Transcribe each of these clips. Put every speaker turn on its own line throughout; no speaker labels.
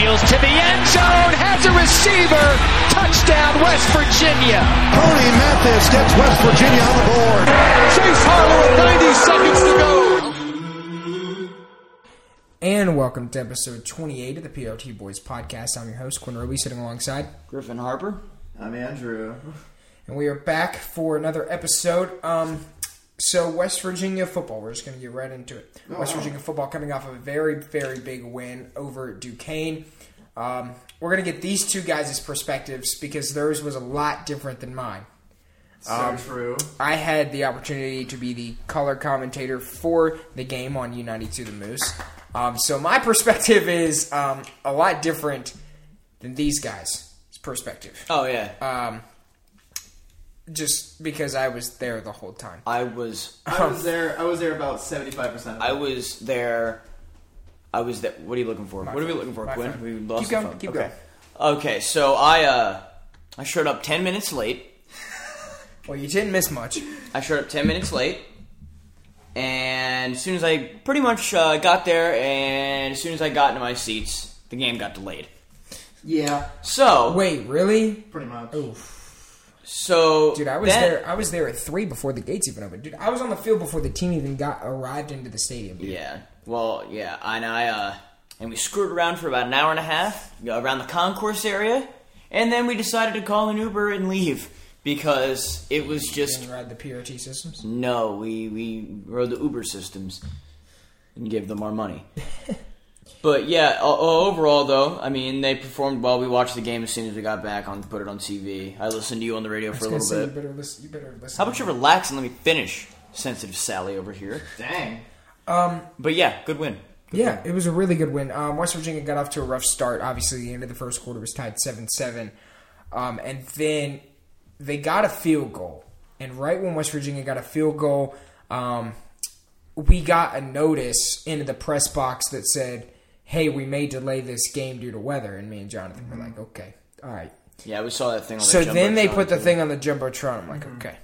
Fields to the end zone, has a receiver. Touchdown, West Virginia.
Tony Mathis gets West Virginia on the board.
Chase Harlow with 90 seconds to go.
And welcome to episode 28 of the PLT Boys podcast. I'm your host, Quinn Ruby, sitting alongside.
Griffin Harper.
I'm Andrew.
And we are back for another episode. Um, so, West Virginia football, we're just going to get right into it.
Oh,
West Virginia football coming off of a very, very big win over Duquesne. Um, we're going to get these two guys' perspectives because theirs was a lot different than mine.
So true.
I had the opportunity to be the color commentator for the game on U92 The Moose. Um, so my perspective is um, a lot different than these guys' perspective.
Oh yeah,
Just because I was there the whole time.
I was.
I
Um,
was there. I was there about seventy-five percent.
I was there. I was there. What are you looking for? what are we looking for,
My
Quinn?
phone.
We lost
Keep
the
going,
phone.
keep
okay. Okay, so I uh, I showed up ten minutes late.
Well, you didn't miss much.
I showed up 10 minutes late. And as soon as I pretty much uh, got there, and as soon as I got into my seats, the game got delayed.
Yeah,
So
Wait, really?
pretty much.
so
Dude, I was
then-
there. I was there at three before the gates even opened. Dude, I was on the field before the team even got arrived into the stadium. dude.
Yeah. Well, yeah, and I uh, and we screwed around for about an hour and a half you know, around the concourse area, and then we decided to call an Uber and leave because it was just
And ride the PRT systems.
no. We we rode the Uber systems and gave them our money. But yeah, o- o- overall though, I mean, they performed well. We watched the game as soon as we got back on, put it on TV. I listened to you on the radio for a
I was gonna say,
little bit.
You better listen. You better listen.
How about you relax and let me finish, sensitive Sally over here?
Dang.
Um,
But yeah, good win.
Yeah, it was a really good win. Um, West Virginia got off to a rough start. Obviously, the end of the first quarter was tied 7 7. Um, and then they got a field goal. And right when West Virginia got a field goal, um, we got a notice into the press box that said, hey, we may delay this game due to weather. And me and Jonathan were like, okay, all right.
Yeah, we saw that thing. on
So
Mm-hmm. the
then they
Jumbotron,
put the
too. Mm-hmm.
thing on the Jumbotron. I'm like, okay,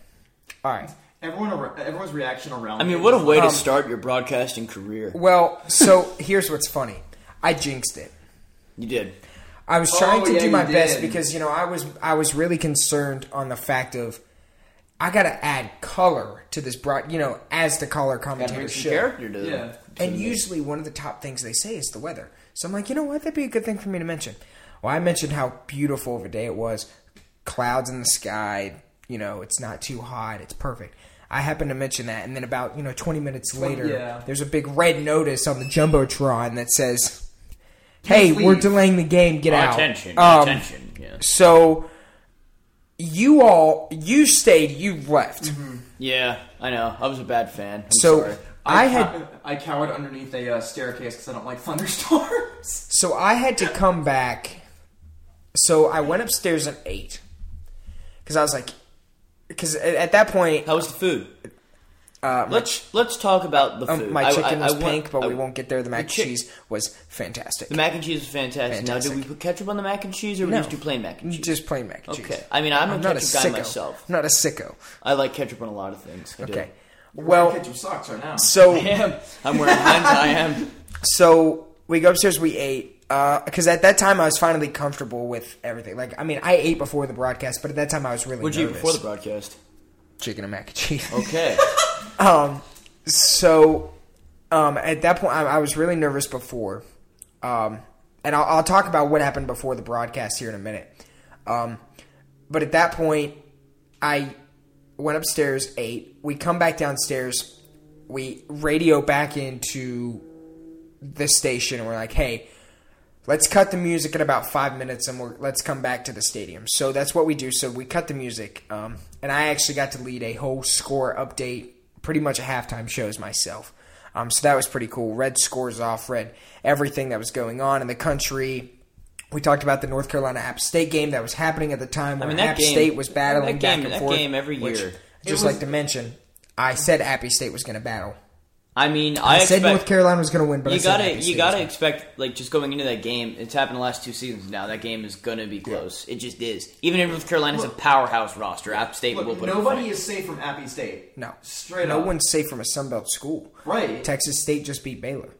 all right.
Everyone, ar- everyone's reaction around.
I
it
mean, what a
was
way
Um,
to start your broadcasting career.
Well, so here's what's funny I jinxed it.
You did.
I was
Oh,
trying to
yeah,
do
you
my
did.
best because you know I was I was really concerned on the fact of I got to add color to this broad you know as the color
Got to
commentator
bring some
should.
character to the-
Yeah.
to
And
the-
usually one of the top things they say is the weather. So I'm like, you know what? That'd be a good thing for me to mention. Well, I mentioned how beautiful of a day it was. Clouds in the sky, you know, it's not too hot, it's perfect. I happened to mention that and then about, you know, 20 minutes later,
yeah.
there's a big red notice on the Jumbotron that says, "Hey, we're
leave.
delaying the game. Get out."
attention,
Um,
attention. Yeah.
so you all you stayed, you left.
yeah, I know. I was a bad fan. I'm
So
sorry.
I,
cow-
had
I cowered underneath a uh, staircase because I don't like thunderstorms.
so I had to come back. So I went upstairs at eight because I was like, because at, at that point
How was the food? let's let's talk about the food.
Uh, um, my
I-
chicken
I-
was
I want-
pink, but we
I-
won't get there. The mac and
chick-
cheese was fantastic.
The mac and cheese is fantastic. Now,
Fantastic.
did we put ketchup on the mac and cheese, or we just do plain mac and cheese?
Just plain mac and cheese.
Okay. I mean, I'm a
not a
ketchup guy
sicko.
myself.
I'm not a sicko.
I like ketchup on a lot of things. I do.
Okay.
Well,
Well,
catch your socks right now.
so
I am. I'm wearing Heinz. I am.
so we go upstairs we ate because at that time i was finally comfortable with everything like i mean i ate before the broadcast but at that time i was really
Would
nervous.
you eat before the Oh, broadcast?
chicken and mac and cheese
Okay.
so um, at that point I, I was really nervous before um, and I'll, I'll talk about what happened before the broadcast here in a minute um, but at that point i went upstairs ate we come back downstairs we radio back into the station and we're like hey let's cut the music in about five minutes and we're, let's come back to the stadium so that's what we do so we cut the music um, and i actually got to lead a whole score update pretty much a halftime shows myself um, so that was pretty cool red scores off red everything that was going on in the country we talked about the north carolina app state game that was happening at the time when
mean, that
app
game-
state was battling
that
back
game-
and
that
forth
game every
which,
year.
just like to mention i said app state was going to battle
I mean,
i
I,
said
expect
north carolina was going to win but I
You
said
gotta,
Appy State
you
was
gotta
gonna-
expect like just going into that game. It's happened the last two seasons now. That game is gonna be close. It just is. Even if North Carolina's a powerhouse roster, App State will
Look,
put
nobody
It
is safe from Appy State.
No.
Straight
no
up.
one's safe from a Sunbelt school.
Right.
Texas State just beat Baylor.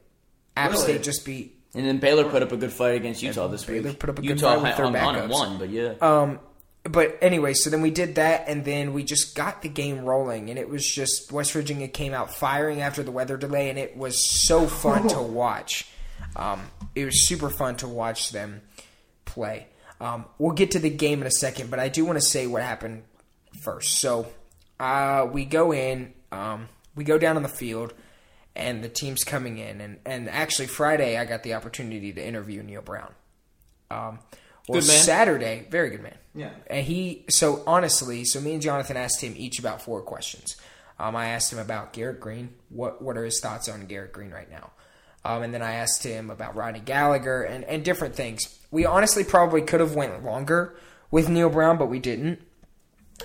App
Really?
State just beat
And then Baylor put up a good fight against Utah this week.
Baylor put up a good
Utah
fight with their
hung on and
backups.
won, but yeah.
Um, but anyway, so then we did that, and then we just got the game rolling, and it was just West Virginia came out firing after the weather delay, and it was so fun to watch. Um, it was super fun to watch them play. Um, we'll get to the game in a second, but I do want to say what happened first. So uh, we go in, um, we go down on the field, and the team's coming in, and, and actually Friday I got the opportunity to interview Neil Brown. Um, well,
Good man.
Saturday, very good man.
Yeah.
And he, so honestly, so me and Jonathan asked him each about four questions. Um, I asked him about Garrett Green. What what are his thoughts on Garrett Green right now? Um, and then I asked him about Rodney Gallagher and, and different things. We honestly probably could have went longer with Neil Brown, but we didn't,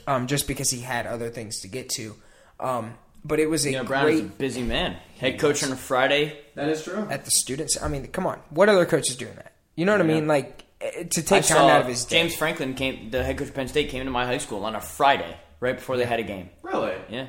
um, just because he had other things to get to. Um, but it was a
You know,
great
Brown is a busy man. Head coach on a Friday.
That is true.
at the students. I mean, come on, what other coach is doing that? You know what I mean? Like eh, to
I
take time
saw
out of his day.
James Franklin came. The head coach of Penn State came to my high school on a Friday, right before they had a game.
Really?
Yeah.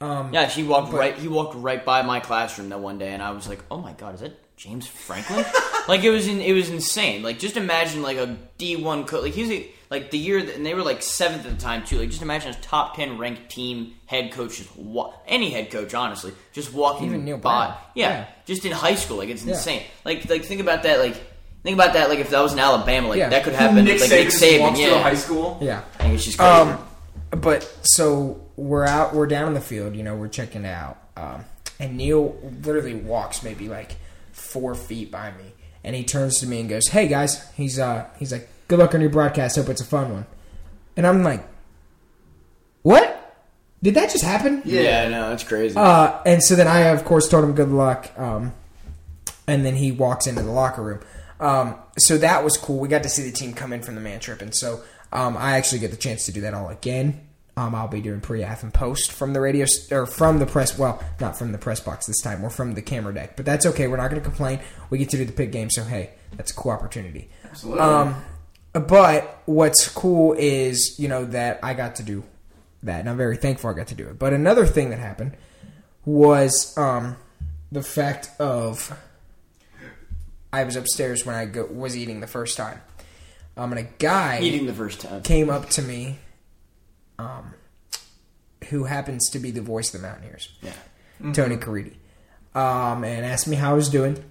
Um,
yeah, he walked right. He walked right by my classroom that one day, and I was like, "Oh my god, is that James Franklin?" like it was, in, it was insane. Like just imagine like a D one coach. Like he's a- like the year, that, and they were like seventh at the time too. Like just imagine a top ten ranked team head coach, just wa- any head coach, honestly, just walking
Even Neil
by.
Brown.
Yeah,
Yeah.
just in high school, like it's insane. Like like think about that. Like think about that. Like if that was in Alabama, like
Yeah.
that could happen.
Nick
like
Saban
Nick
just
Saban,
walks through a high
yeah.
school.
yeah.
I think it's just crazy.
Um, but so we're out, we're down in the field, you know, we're checking it out. Um, and Neil literally walks maybe like four feet by me, and he turns to me and goes, "Hey guys," he's uh, he's like, "Good luck on your broadcast. Hope it's a fun one." And I'm like, "What? Did that just happen?"
yeah, no, that's crazy.
Uh, and so then I, of course, told him good luck. Um, and then he walks into the locker room. Um, so that was cool. We got to see the team come in from the man trip. And so um, I actually get the chance to do that all again. Um, I'll be doing pre-ath and post from the radio s- or from the press. Well, not from the press box this time. We're from the camera deck, but that's okay. We're not going to complain. We get to do the pit game, so hey, that's a cool opportunity.
Absolutely.
Um, but what's cool is you know that I got to do that, and I'm very thankful I got to do it. But another thing that happened was um, the fact of I was upstairs when I go, was eating the first time, um, and a guy
Eating the first time.
came up to me, um, who happens to be the voice of the Mountaineers,
Yeah.
Tony Caridi, um, and asked me how I was doing,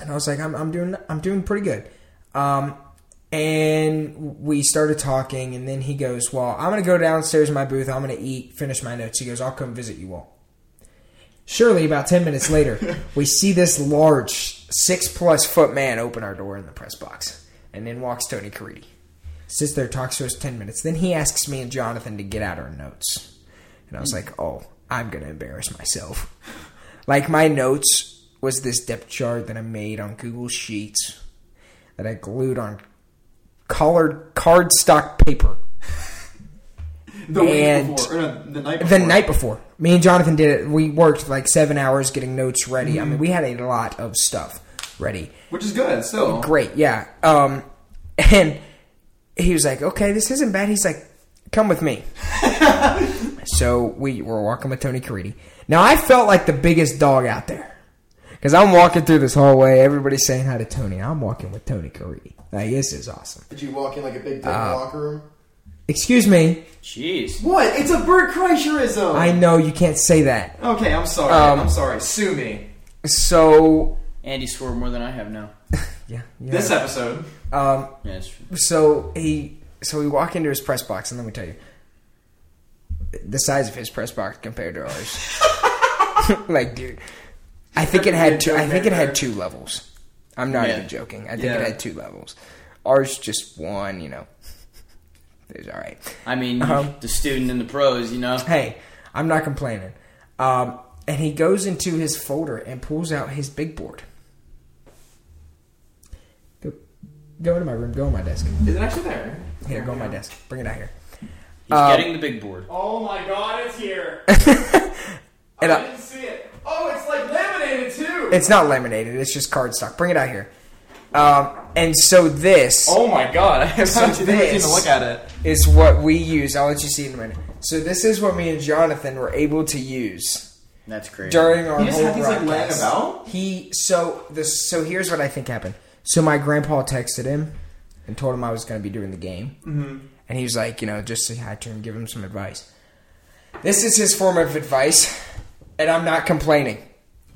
and I was like, I'm, I'm doing, I'm doing pretty good. Um, and we started talking, and then he goes, "Well, I'm gonna go downstairs in my booth. I'm gonna eat, finish my notes." He goes, "I'll come visit you all." Surely, about 10 minutes later, we see this large, six plus foot man open our door in the press box. And then walks Tony Caridi. Sits there, talks to us 10 minutes. Then he asks me and Jonathan to get out our notes. And I was like, oh, I'm going to embarrass myself. Like, my notes was this depth chart that I made on Google Sheets that I glued on colored cardstock paper
The week
and-
before, or no, the night
the
before.
night before. Me and Jonathan did it. We worked like seven hours getting notes ready. I mean, we had a lot of stuff ready.
Which is good, so.
Great, yeah. Um, and he was like, "Okay, this isn't bad." He's like, "Come with me." so we were walking with Tony Caridi. Now I felt like the biggest dog out there because I'm walking through this hallway. Everybody's saying hi to Tony. I'm walking with Tony Caridi. Like this is awesome.
Did you walk in like a big
Uh,
dick locker room?
Excuse me.
Jeez.
What? It's a Bert Kreischerism!
I know you can't say that.
Okay, I'm sorry.
Um,
I'm sorry. Sue me.
So
Andy scored more than I have now.
yeah, yeah.
This episode.
um,
Yeah, that's true.
so he so we walk into his press box and let me tell you the size of his press box compared to ours like dude i think it had two i think it had two levels i'm not
Yeah.
even joking i think
Yeah.
it had two levels ours just one you know it was all right
I mean,
Um,
the student and the pros, you know.
hey i'm not complaining um, and he goes into his folder and pulls out his big board go, go into my room go on my desk
Is it actually there?
here go on my desk bring it out here
He's
uh,
getting the big board.
Oh my god, it's here!
and I-
didn't see it. Oh, it's like laminated too!
It's not laminated. It's just cardstock. Bring it out here. Um, and so this
oh my god, I have
So
such a thing
this-
to look at it.
is what we use. I'll let you see in a minute. So this is what me and Jonathan were able to use
That's crazy.
during our
He just
whole
had these, like, laying
broadcast.
about?
He so this so here's what I think happened. So my grandpa texted him and told him I was going to be doing the game, mm-hmm. and he was like, you know, just say hi to him, give him some advice. This is his form of advice, and I'm not complaining.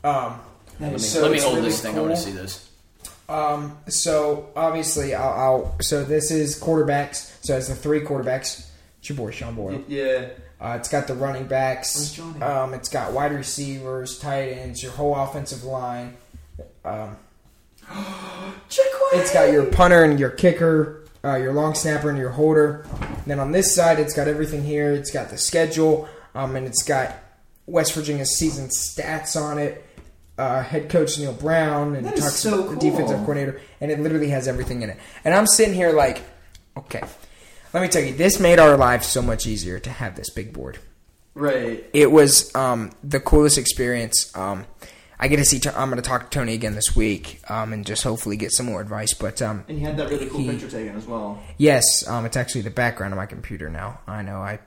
Um,
Let me,
so
let me
it's
hold
really
this thing. I want to
cool.
see this.
Um, so obviously, I'll, I'll. So this is quarterbacks. So it's the three quarterbacks. It's your boy Sean Boyle.
Yeah.
Uh, it's got the running
Where's
backs.
Johnny?
Um, it's got wide receivers, tight ends, your whole offensive line. Um, it's got your punter and your kicker, uh, your long snapper and your holder. And then on this side, it's got everything here. It's got the schedule, um, and it's got West Virginia's season stats on it. Uh, head coach Neil Brown and
That
it
is
talks
so
about the defensive
cool.
coordinator, and it literally has everything in it. And I'm sitting here like, okay, let me tell you, this made our lives so much easier to have this big board
Right.
it was um, the coolest experience. Um, I get to see. I'm going to talk to Tony again this week, um, and just hopefully get some more advice. But um,
And he had that really cool
He-
picture taken as well.
yes, um, it's actually the background of my computer now. I know. I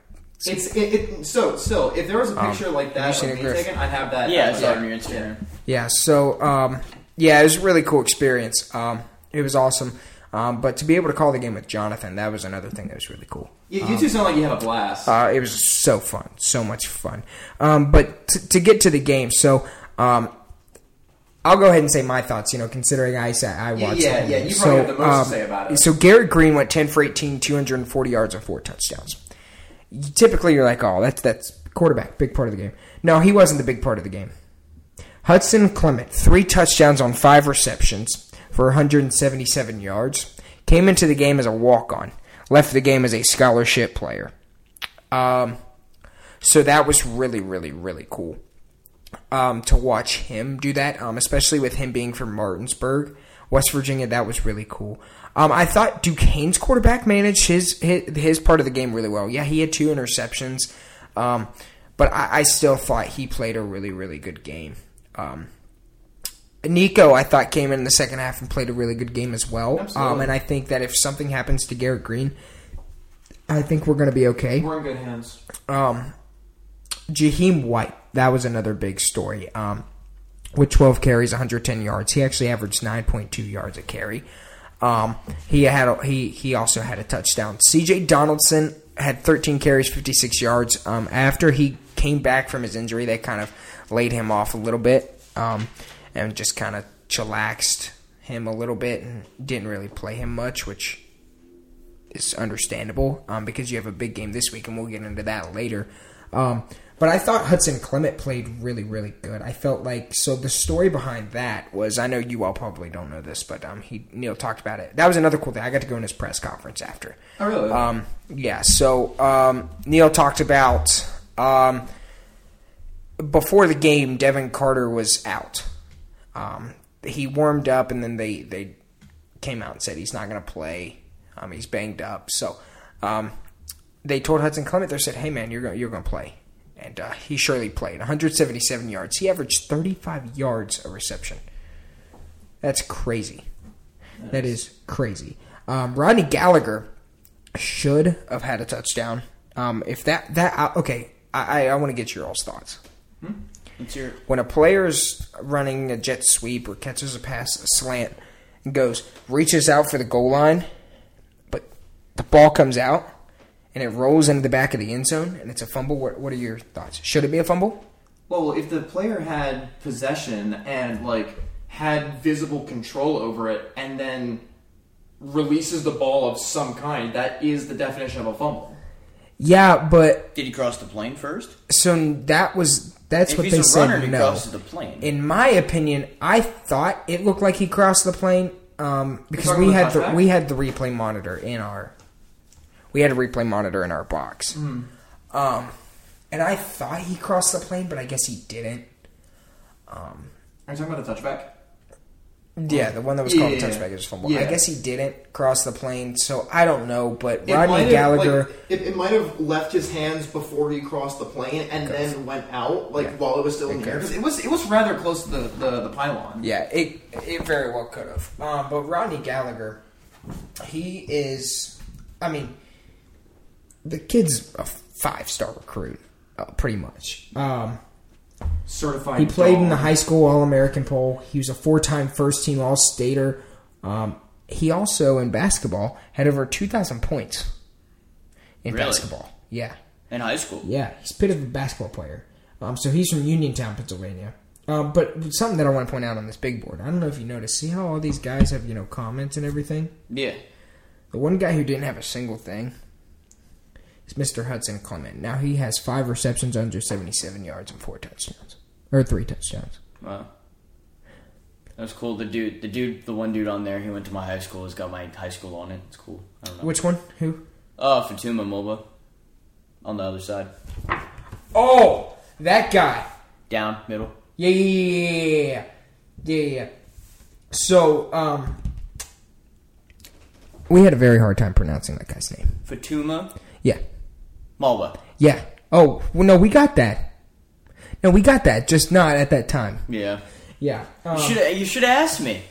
It's it, it so so. If there was a picture
have
like
you
that
seen
of
it,
me
Griff?
taken, I'd have that.
Yeah, I
I'd
saw it
have
on your
that.
Instagram.
yeah. So um, yeah, it was a really cool experience. Um, it was awesome. Um, but to be able to call the game with Jonathan, that was another thing that was really cool.
You, you two sound like you have a blast.
Uh, it was so fun, so much fun. Um, but t- to get to the game, so um, I'll go ahead and say my thoughts. You know, considering I sa I
Yeah,
watched.
yeah,
the whole
yeah,
game.
you probably have the most to say about it.
So Garrett Green went ten for 18, 240 yards and four touchdowns. You- typically, you're like, oh, that's that's quarterback, big part of the game. No, he wasn't the big part of the game. Hudson Clement, three touchdowns on five receptions for 177 yards, came into the game as a walk on, left the game as a scholarship player. Um, so that was really, really, really cool um, to watch him do that, um, especially with him being from Martinsburg, West Virginia. That was really cool. Um, I thought Duquesne's quarterback managed his, his his part of the game really well. Yeah, he had two interceptions, um, but I, I still thought he played a really, really good game. Um, Nico, I thought, came in the second half and played a really good game as well. Um,
Absolutely.
and I think that if something happens to Garrett Green, I think we're going to be okay.
We're in good hands.
Um, Jaheim White, that was another big story. Um, with 12 carries, 110 yards, he actually averaged 9.2 yards a carry. Um, he had a, he he also had a touchdown. C.J. Donaldson had 13 carries, 56 yards. Um, after he came back from his injury, they kind of laid him off a little bit um, and just kind of chillaxed him a little bit and didn't really play him much, which is understandable um, because you have a big game this week, and we'll get into that later. Um, but I thought Hudson Clement played really, really good. I felt like so the story behind that was I know you all probably don't know this, but um, he Neil talked about it. That was another cool thing. I got to go in his press conference after.
Oh, really?
Um, yeah. So um, Neil talked about um, before the game, Devin Carter was out. Um, he warmed up, and then they they came out and said he's not going to play. Um, he's banged up. So um, they told Hudson Clement, they said, "Hey man, you're going you're going to play." And uh, he surely played 177 yards. He averaged 35 yards a reception. That's crazy. That is crazy. Um, Rodney Gallagher should have had a touchdown. Um, if that that I- okay, I I, I want to get your all's thoughts.
It's your
When a player's running a jet sweep or catches a pass, a slant, and goes reaches out for the goal line, but the ball comes out and it rolls into the back of the end zone and it's a fumble. What, what are your thoughts? Should it be a fumble?
Well, if the player had possession and like had visible control over it, and then releases the ball of some kind, that is the definition of a fumble.
Yeah, but
Did he cross the plane first?
so that was that's
if
what
he's
they
a
said.
runner, he
no.
crosses the plane.
in my opinion, I thought it looked like he crossed the plane um, because
talking
we had
about
the
flashback?
we had the replay monitor in our we had a replay monitor in our box,
Hmm.
um, and I thought he crossed the plane, but I guess he didn't.
Are you talking about a touchback?
Yeah, the one that was called
Yeah.
a touchback is a fumble. I
Yeah.
guess he didn't cross the plane, so I don't know. But
It might
Rodney
have,
Gallagher,
like, it, it might have left his hands before he crossed the plane and then went out, like while it was still in the air. 'Cause It was it was rather close to the, the, the pylon.
Yeah, it it very well could have. Um, but Rodney Gallagher, he is. I mean, the kid's a five star recruit, uh, pretty much. Um,
certified.
He played in the
dog.
high school All American poll. He was a four time first team All Stater. Um, he also, in basketball, had over 2,000 points in
Really?
basketball. Yeah.
in high school.
Yeah. He's a bit of a basketball player. Um, so he's from Uniontown, Pennsylvania. Um, but something that I want to point out on this big board, I don't know if you noticed, see how all these guys have, you know, comments and everything?
Yeah.
The one guy who didn't have a single thing is Mr. Hudson Clement. Now he has five receptions under 77 yards and four touchdowns. Or three touchdowns.
Wow. That was cool. The dude, the dude, the one dude on there, he went to my high school. He's got my high school on it. It's cool. I don't know.
Which one? Who?
Oh, Fatuma Moba. On the other side.
Oh, that guy.
Down, middle.
Yeah, yeah, yeah, yeah, yeah, yeah, yeah, yeah. So, um, we had a very hard time pronouncing that guy's name.
Fatuma
Yeah,
Moba.
yeah. Oh, well, no, we got that. No, we got that, just not at that time.
Yeah.
Yeah, um,
You should you should ask me.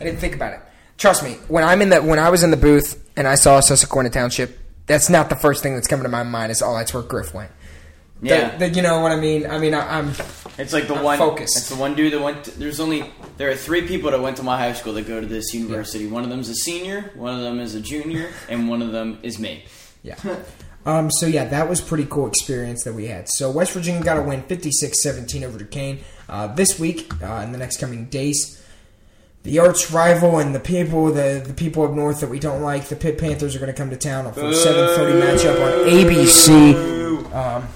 I didn't think about it. Trust me, when I'm in the when I was in the booth and I saw Susquehanna Township, that's not the first thing that's coming to my mind. Is oh, that's where Griff went.
Yeah.
That- that- you know what I mean. I mean, I, I'm
It's like the
I'm
one.
focused.
It's the one dude that went. To, there's only there are three people that went to my high school that go to this university. One of them's a senior, one of them is a junior, and one of them is me.
Yeah. Um, so yeah, that was pretty cool experience that we had. So West Virginia got a win 56-17 over Duquesne. Uh, this week, uh, in the next coming days, the arch rival and the people, the, the people up north that we don't like, the Pitt Panthers are going to come to town for a 7:30 matchup on ABC. Um,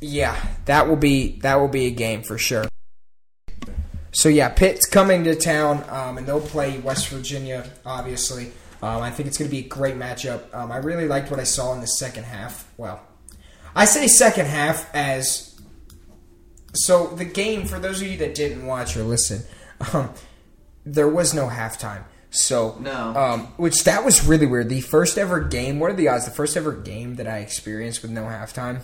yeah, that will be that will be a game for sure. So yeah, Pitt's coming to town, um, and they'll play West Virginia. Obviously, um, I think it's going to be a great matchup. Um, I really liked what I saw in the second half. Well, I say second half as so the game for those of you that didn't watch or listen, um, there was no halftime. So
No.
um, which that was really weird. The first ever game. What are the odds? The first ever game that I experienced with no halftime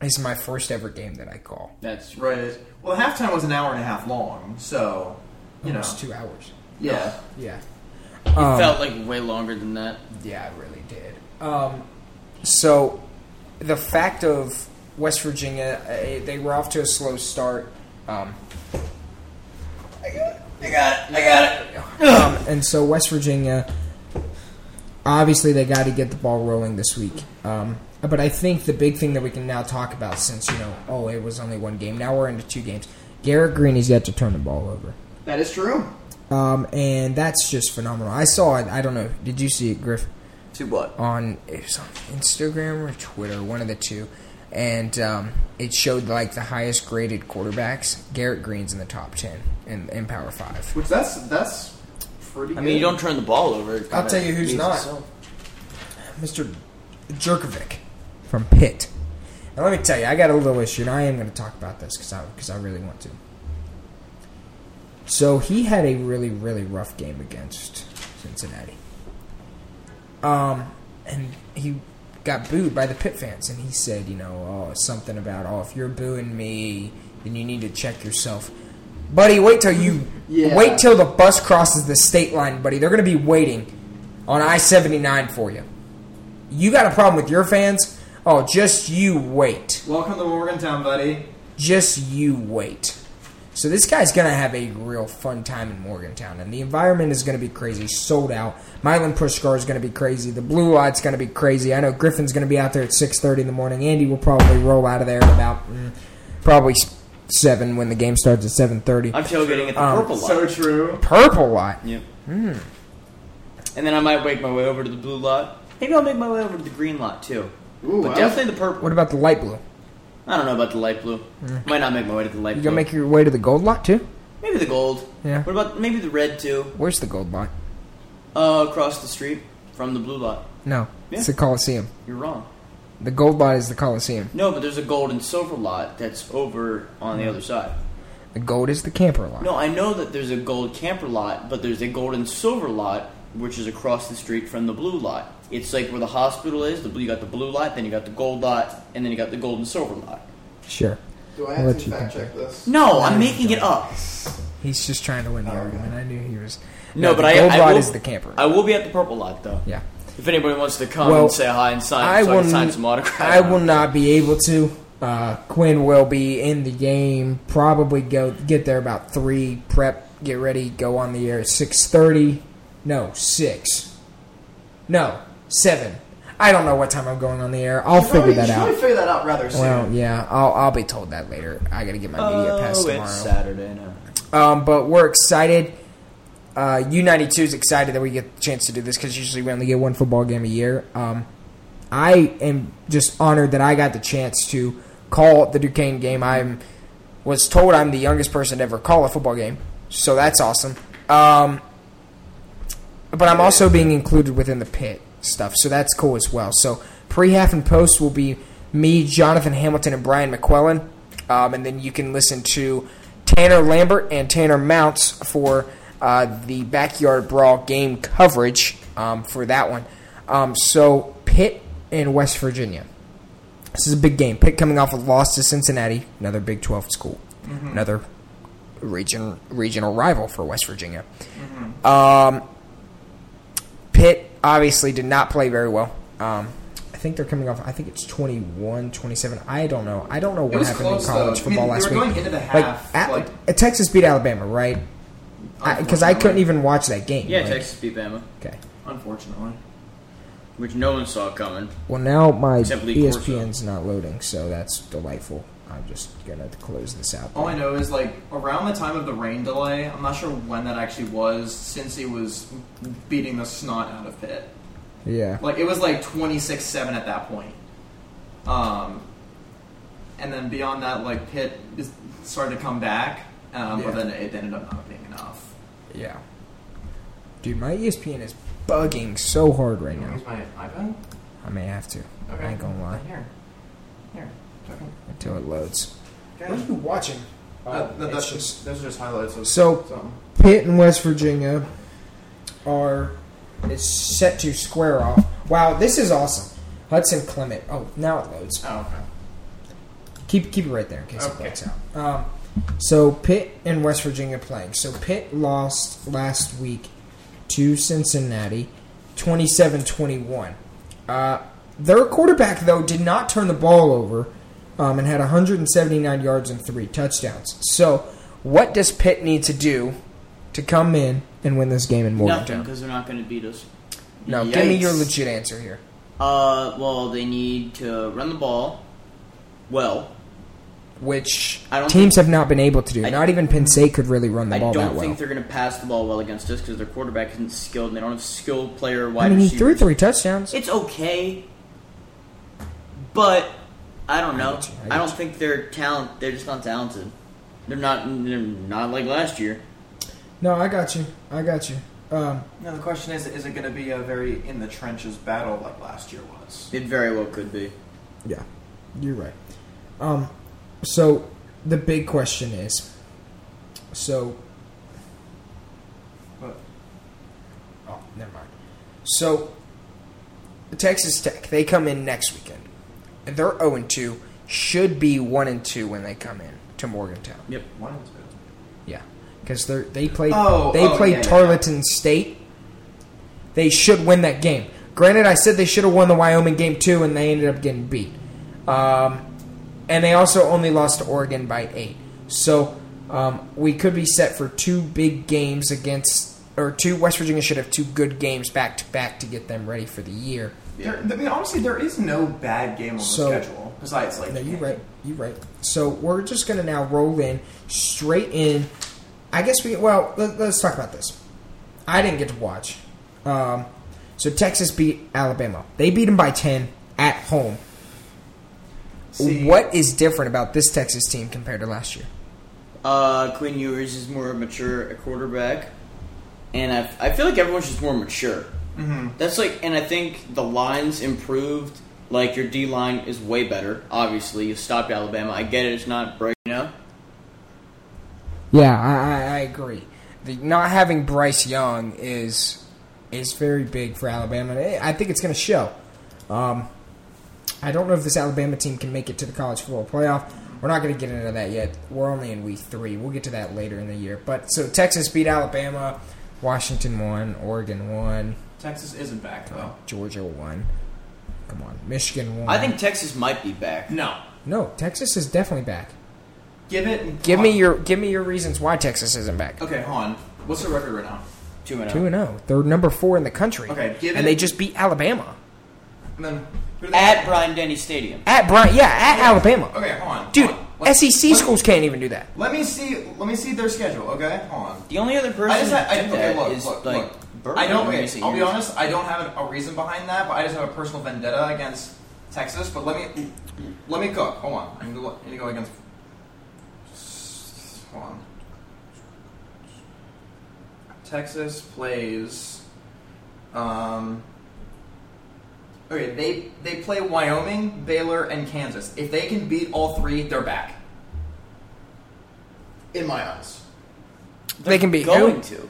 is my first ever game that I call.
That's
Right. Well, halftime was an hour and a half long, so you know,
Almost two hours.
yeah.
Yeah.
felt like way longer than that.
Yeah, I really did. Um, so, the fact of West Virginia, uh, they were off to a slow start. Um, I got it. I got it. I got it. Um, and so, West Virginia, obviously, they got to get the ball rolling this week. Um, but I think the big thing that we can now talk about, since, you know, oh, it was only one game, now we're into two games. Garrett Green has yet to turn the ball over.
That is true.
Um, and that's just phenomenal. I saw it. I don't know. Did you see it, Griff?
To what?
on it was on Instagram or Twitter, one of the two, and um, it showed like the highest graded quarterbacks. Garrett Green's in the top ten in, in Power Five.
Which that's that's pretty.
I mean, you don't turn the ball over. It
I'll
kinda
tell you who's
leads
not.
itself.
Mr. Jerkovic from Pitt. Now let me tell you, I got a little issue, and I am going to talk about this because I because I really want to. So he had a really really rough game against Cincinnati. Um, and he got booed by the Pitt fans, and he said, you know, oh, something about, oh, if you're booing me, then you need to check yourself. Buddy, wait till you
Yeah.
wait till the bus crosses the state line, buddy. They're going to be waiting on I seventy nine for you. You got a problem with your fans? Oh, just you wait.
Welcome to Morgantown, buddy.
Just you wait. So this guy's gonna have a real fun time in Morgantown, and the environment is gonna be crazy, sold out. Milan Pushkar is gonna be crazy. The Blue Light's gonna be crazy. I know Griffin's gonna be out there at six thirty in the morning. Andy will probably roll out of there at about mm, probably s- seven when the game starts at seven thirty.
I'm tailgating at the
Um,
purple lot.
So true.
Purple Lot.
yeah.
Hmm.
And then I might make my way over to the blue lot. Maybe I'll make my way over to the green lot too.
Ooh,
but
wow.
definitely the purple.
What about the light blue?
I don't know about the light blue. Might not make my way to the light
You
blue.
gonna make your way to the gold lot too?
maybe the gold.
Yeah.
What about maybe the red too?
Where's the gold lot?
Uh, across the street from the blue lot.
No, it's
Yeah.
the Coliseum.
You're wrong.
The gold lot is the Coliseum.
No, but there's a gold and silver lot that's over on
Hmm.
the other side.
The gold is the camper lot.
No, I know that there's a gold camper lot, but there's a gold and silver lot, which is across the street from the blue lot. It's like where the hospital is. The blue, you got the blue lot, then you got the gold lot, and then you got the gold and silver lot.
Sure.
Do I
I'll
have
let
to
you
fact
think.
check this?
No, I'm making it up.
He's just trying to win the
Oh,
argument.
okay.
I knew he was.
No, but
the
I,
gold
I
lot
will,
is the camper.
I will be at the purple lot though.
yeah.
If anybody wants to come
Well,
Uh,
and say hi and sign, so I can sign some autographs.
I will not be able to. Uh, Quinn will be in the game. Probably go get there about three. Prep, get ready, go on the air at six thirty. No, six. No, seven. I don't know what time I'm going on the air. I'll figure
Probably-
that
you should
out.
probably figure that out rather soon.
Well, yeah, I'll I'll be told that later. I gotta get my media pass
Oh,
tomorrow.
it's Saturday now.
Um, but we're excited. Uh, U92 is excited that we get the chance to do this because usually we only get one football game a year. Um, I am just honored that I got the chance to call the Duquesne game. I was told I'm the youngest person to ever call a football game, so that's awesome. Um, but I'm also being included within the pit stuff, so that's cool as well. So pre half and post will be me, Jonathan Hamilton, and Brian McQuellan, um, and then you can listen to Tanner Lambert and Tanner Mounts for uh, the backyard brawl game coverage um, for that one. Um, so Pitt and West Virginia. This is a big game. Pitt coming off a loss to Cincinnati, another Big Twelve school,
Mm-hmm.
another region regional rival for West Virginia.
Mm-hmm.
Um, Pitt obviously did not play very well. Um, I think they're coming off. I think it's 21, 27. I don't know. I don't know what
was
happened
close,
in college
though. I mean,
football
they
last
were
week.
going into the half,
at-
like-
uh, Texas beat Alabama, right? Because I, couldn't even watch that game.
Yeah,
like-
Texas beat Bama,
Okay.
Unfortunately.
which no one saw coming.
Well, now my E
Except Lee
ESPN's not loading, so that's delightful. I'm just gonna close this out.
All Oh, I know is like around the time of the rain delay, I'm not sure when that actually was, since he was beating the snot out of Pitt.
Yeah.
Like it was like 26-7 at that point. Um, and then beyond that, like Pitt is- started to come back, um, but
Yeah.
then it ended up not being enough.
Yeah. Dude, my E ESPN is bugging so hard right now.
Here's my iPad.
I may have to. I ain't gonna lie
Here, here. Okay.
until it loads.
What are
you watching?
Uh,
Uh,
That- that- that's just those are just highlights of
So-
something.
Pitt and West Virginia are is set to square off. Wow, this is awesome. Hudson Clement. Oh, now it loads.
Oh, okay.
Keep keep it right there in case
Okay.
it breaks out. Um, so Pitt and West Virginia playing. So Pitt lost last week to Cincinnati 27-21. Uh, their quarterback though did not turn the ball over um, and had 179 yards and three touchdowns. So what does Pitt need to do to come in and win this game in
Nothing,
Morgantown?
because they're not going to beat us.
No, give me
Yikes.
your legit answer here.
Uh, well, they need to run the ball well.
Which
I don't
teams
think-
have not been able to do.
I-
not even Penn State could really run the
I
ball
don't
that
think
well.
they're going to pass the ball well against us because their quarterback isn't skilled. and They don't have skilled player wide
I mean, he
receivers.
threw three touchdowns.
It's okay, but I don't know. I,
get you, I get
don't
you.
think they're talent. They're just not talented. They're not. They're not like last year.
No, I got you. I got you. Um,
Now the question is: Is it going to be a very in the trenches battle like last year was?
It very well could be.
yeah, you're right. Um, so the big question is, so
But
oh, never mind. So Texas Tech, they come in next weekend. They're 0 and 2. Should be 1 and 2 when they come in to Morgantown.
Yep.
one and two.
Yeah, because they they played
Oh,
they
oh,
played
yeah, yeah,
Tarleton State. They should win that game. Granted, I said they should have won the Wyoming game too, and they ended up getting beat. Um, and they also only lost to Oregon by eight. So um, we could be set for two big games against, or two. West Virginia should have two good games back to back to get them ready for the year.
There, I mean, honestly, there is no bad game on the
So-
schedule. Besides, like,
No, you're right. You're right. So we're just gonna now roll in straight in. I guess we well let, us talk about this. I didn't get to watch. Um, so Texas beat Alabama. They beat them by ten at home.
See,
what is different about this Texas team compared to last year?
Uh, Quinn Ewers is more mature a quarterback, and I, I feel like everyone's just more mature. Mm-hmm. That's like, and I think the lines improved. Like your D line is way better. Obviously, you stopped Alabama. I get it. It's not breaking you know?
Yeah, I, I, I agree. The, not having Bryce Young is is very big for Alabama. and I I think it's going to show. Um, I don't know if this Alabama team can make it to the college football playoff. We're not going to get into that yet. We're only in week three. We'll get to that later in the year. But so Texas beat Alabama, Washington won, Oregon won,
Texas isn't back though.
Georgia won. Come on, Michigan won.
I think Texas might be back.
No,
No, Texas is definitely back.
Give it.
Give me your give me your reasons why Texas isn't back.
Okay, hold on. What's their record right now?
Two and
Two and zero. They're number four in the country.
Okay, give
and
it-
they just beat Alabama
And then who do they-
At Brian Denny Stadium.
at Bryant. Yeah, at Alabama.
Okay, hold on.
Dude, E
hold on. Let-
SEC
let-
schools can't even do that.
Let me see. Let me see their schedule. Okay, hold on.
The only other person
I just had,
that
I,
did
okay,
that
look,
is,
look,
like
look.
Burrow
I don't.
in
okay,
recent
I'll be
years.
honest. I don't have a reason behind that, but I just have a personal vendetta against Texas. But let me let me cook. Hold on. I need to, look, I need to go against. Hold on. Texas plays. Um. Okay, they they play Wyoming, Baylor, and Kansas. If they can beat all three, they're back. In my eyes.
they can beat
going
who?
to.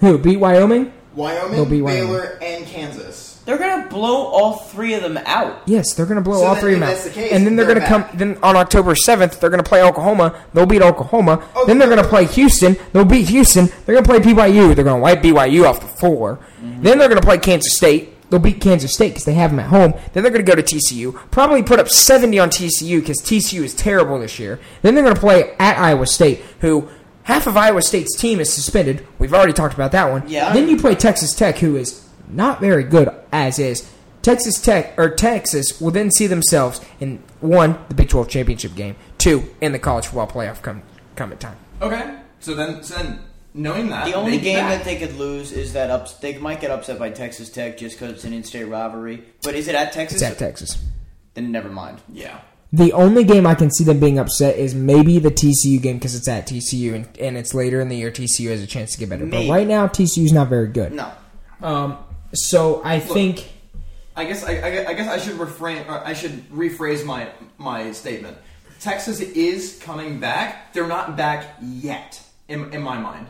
Who beat Wyoming? They'll
Wyoming,
be Wyoming.
Baylor, and Kansas.
They're gonna blow all three of them out.
Yes, they're going to blow
So
all
then
three of
if
them out.
that's the case,
and then they're,
they're
going to
back.
come. Then on October seventh, they're going to play Oklahoma. They'll beat Oklahoma.
Oh,
then they're
they're-
going to play Houston. They'll beat Houston. They're going to play BYU. They're going to wipe BYU off the floor. Then they're going to play Kansas State. They'll beat Kansas State because they have them at home. Then they're going to go to TCU. Probably put up seventy on TCU because TCU is terrible this year. Then they're going to play at Iowa State, who. Half of Iowa State's team is suspended. We've already talked about that one.
Yeah.
Then you play Texas Tech, who is not very good as is. Texas Tech or Texas will then see themselves in one the Big Twelve championship game, two in the college football playoff come come at time.
Okay. So then, so then, knowing that
The only
they'd be
game
back.
that they could lose is that ups. They might get upset by Texas Tech just because it's an in-state rivalry. But is it at Texas?
It's at Texas.
Then never mind.
yeah.
The only game I can see them being upset is maybe the TCU game because it's at TCU and, and it's later in the year. TCU has a chance to get better,
Maybe.
but right now TCU's not very good.
No.
Um, so I think
I guess I, I, I guess I should refrain. Or I should rephrase my my statement. Texas is coming back. They're not back yet, in, in my mind.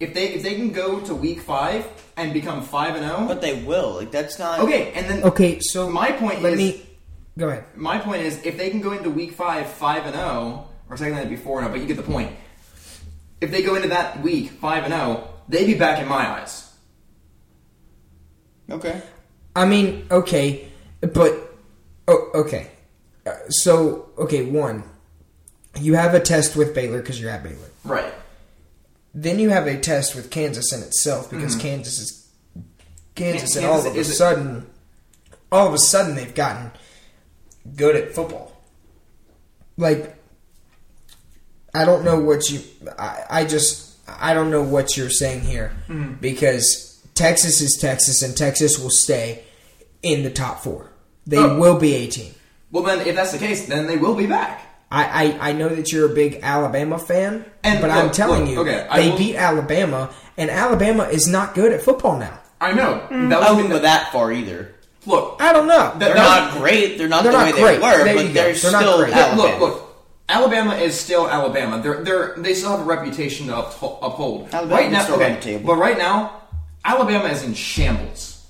If they if they can go to week five and become five and zero,
But they will. Like that's not
okay. And then
okay. So
my point
Let
is-
me go ahead.
my point is if they can go into week five five and zero, or second that'd be four and zero, but you get the point. If they go into that week five and zero, they'd be back in my eyes.
Okay.
I mean, okay, but oh, okay. Uh, so, okay, one, you have a test with Baylor because you're at Baylor.
Right.
Then you have a test with Kansas in itself because Kansas is Kansas,
Kan-
and all
Mm-hmm. Kansas
of a
is-
sudden, all of a sudden they've gotten good at football. Like, I don't know what you. I, I just I don't know what you're saying here
Mm-hmm.
because Texas is Texas and Texas will stay in the top four. They
Oh.
will be a team.
Well, then if that's the case, then they will be back.
I, I, I know that you're a big Alabama fan,
And
but
look,
I'm telling
look,
you,
okay, I
they
will-
beat Alabama, and Alabama is not good at football now.
I know. That
I
was
wouldn't go that far either.
Look,
I don't know.
That-
They're
that
not
was-
great. They're not
They're
the
not
way
great.
they were,
There you
but
go.
they're,
They're not
still
great.
Alabama.
look, look. Alabama is still Alabama. They're they're they still have a reputation to upho- uphold.
Alabama
right
is
now,
still
okay,
on the table.
but right now, Alabama is in shambles,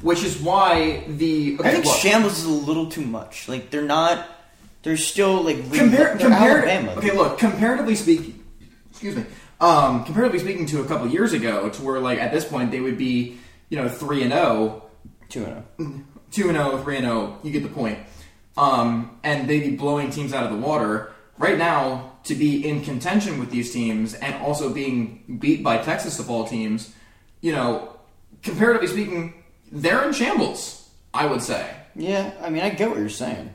which is why the okay,
I think
look,
shambles is a little too much. Like they're not. They're still like re-
compar-
they're
compar-
Alabama.
Okay, look, comparatively speaking, excuse me. Um, comparatively speaking to a couple years ago, to where like at this point they would be, you know, three and zero,
two and oh. zero.
two and zero, three and zero. You get the point. Um, and they'd be blowing teams out of the water right now. To be in contention with these teams and also being beat by Texas of all teams, you know, comparatively speaking, they're in shambles. I would say.
Yeah, I mean, I get what you're saying.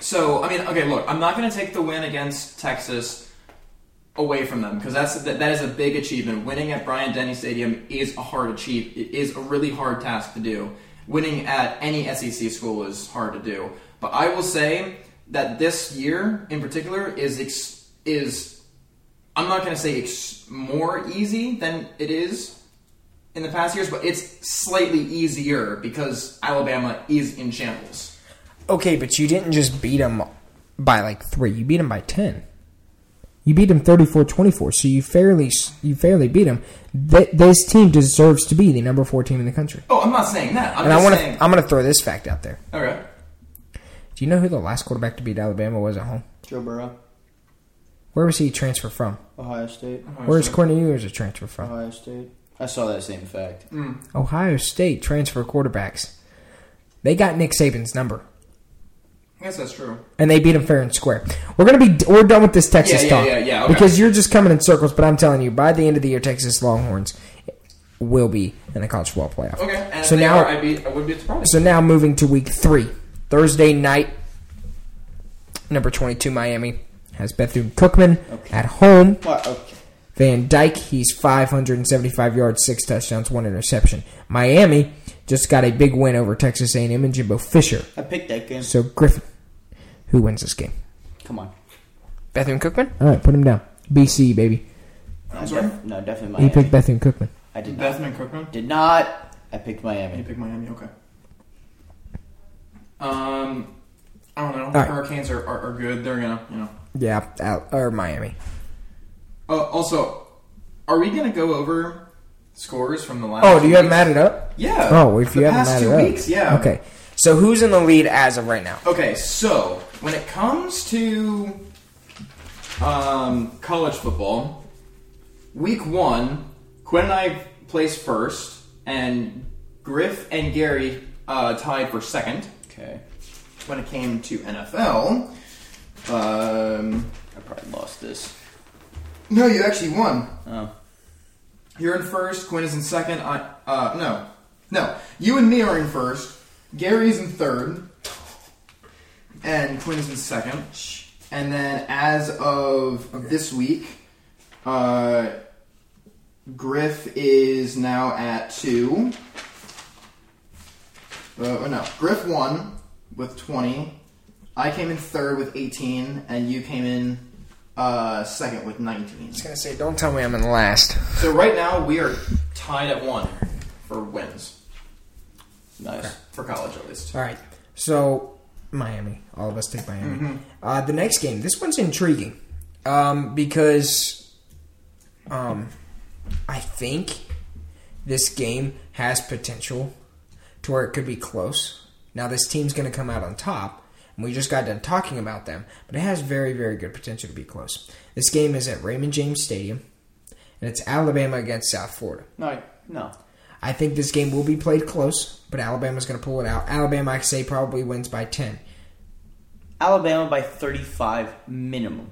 So I mean, okay, look, I'm not going to take the win against Texas away from them because that's that, that is a big achievement. Winning at Bryant Denny Stadium is a hard achieve. It is a really hard task to do. Winning at any SEC school is hard to do. But I will say that this year in particular is ex- is I'm not going to say ex- more easy than it is in the past years, but it's slightly easier because Alabama is in shambles.
Okay, but you didn't just beat them by like three. You beat them by ten. You beat them 34-24, so you fairly you fairly beat them. Th- this team deserves to be the number four team in the country.
Oh, I'm not saying that. I'm
And I
just
want
saying.
to I'm going to throw this fact out there.
Okay.
Do you know who the last quarterback to beat Alabama was at home?
Joe Burrow,
Where was he transfer from?
Ohio State,
Where's Courtney Ewers a transfer from?
Ohio State. I saw that same fact.
Ohio State transfer quarterbacks. They got Nick Saban's number.
I guess that's true.
and they beat them fair and square. We're gonna be we're done with this Texas
yeah,
talk
yeah, yeah, okay.
because you're just coming in circles. But I'm telling you, by the end of the year, Texas Longhorns will be in the college football playoff.
Okay, and
so
if they
now
are, I'd be, I would be surprised.
so now moving to week three, Thursday night, number twenty-two Miami has Bethune Cookman at home.
What? Okay.
Van Dyke, he's 575 yards, six touchdowns, one interception. Miami just got a big win over Texas A&M and Jimbo Fisher.
I picked that game.
So Griffin, who wins this game?
Come on.
Bethune Cookman. All right, put him down. BC baby.
I'm
sorry?
no, definitely
He
Miami.
picked Bethune Cookman.
I did not.
Bethman Cookman.
Did not. I picked
You
Miami.
pick Miami. Okay. Um, I don't know.
right.
Hurricanes are, are, are good. They're gonna, you know.
Yeah, out, or Miami.
Uh, also, are we gonna go over scores from the last?
Oh, do
few
you have
weeks?
matted up?
Yeah.
Oh, if
the
you haven't
past
matted
two
up.
weeks, yeah.
Okay. So who's in the lead as of right now?
Okay, so when it comes to um, college football, week one, Quinn and I placed first, and Griff and Gary uh, tied for second.
Okay.
When it came to NFL, um,
I probably lost this.
no, you actually won.
Oh.
You're in first. Quinn is in second. I uh no, no. You and me are in first. Gary's in third, and Quinn is in second. And then as of this week, uh, Griff is now at two. Uh, oh, no, Griff won with twenty. I came in third with eighteen, and you came in uh, second with nineteen.
I was gonna say, don't tell me I'm in last.
So right now we are tied at one for wins
Nice.
for college at least.
All right. So Miami. All of us take Miami. Uh, the next game. This one's intriguing um, because um, I think this game has potential to where it could be close. Now this team's going to come out on top, and we just got done talking about them, but it has very, very good potential to be close. This game is at Raymond James Stadium, and it's Alabama against South Florida.
No. No.
I think this game will be played close, but Alabama's going to pull it out. Alabama, I say, probably wins by 10.
Alabama by 35 minimum.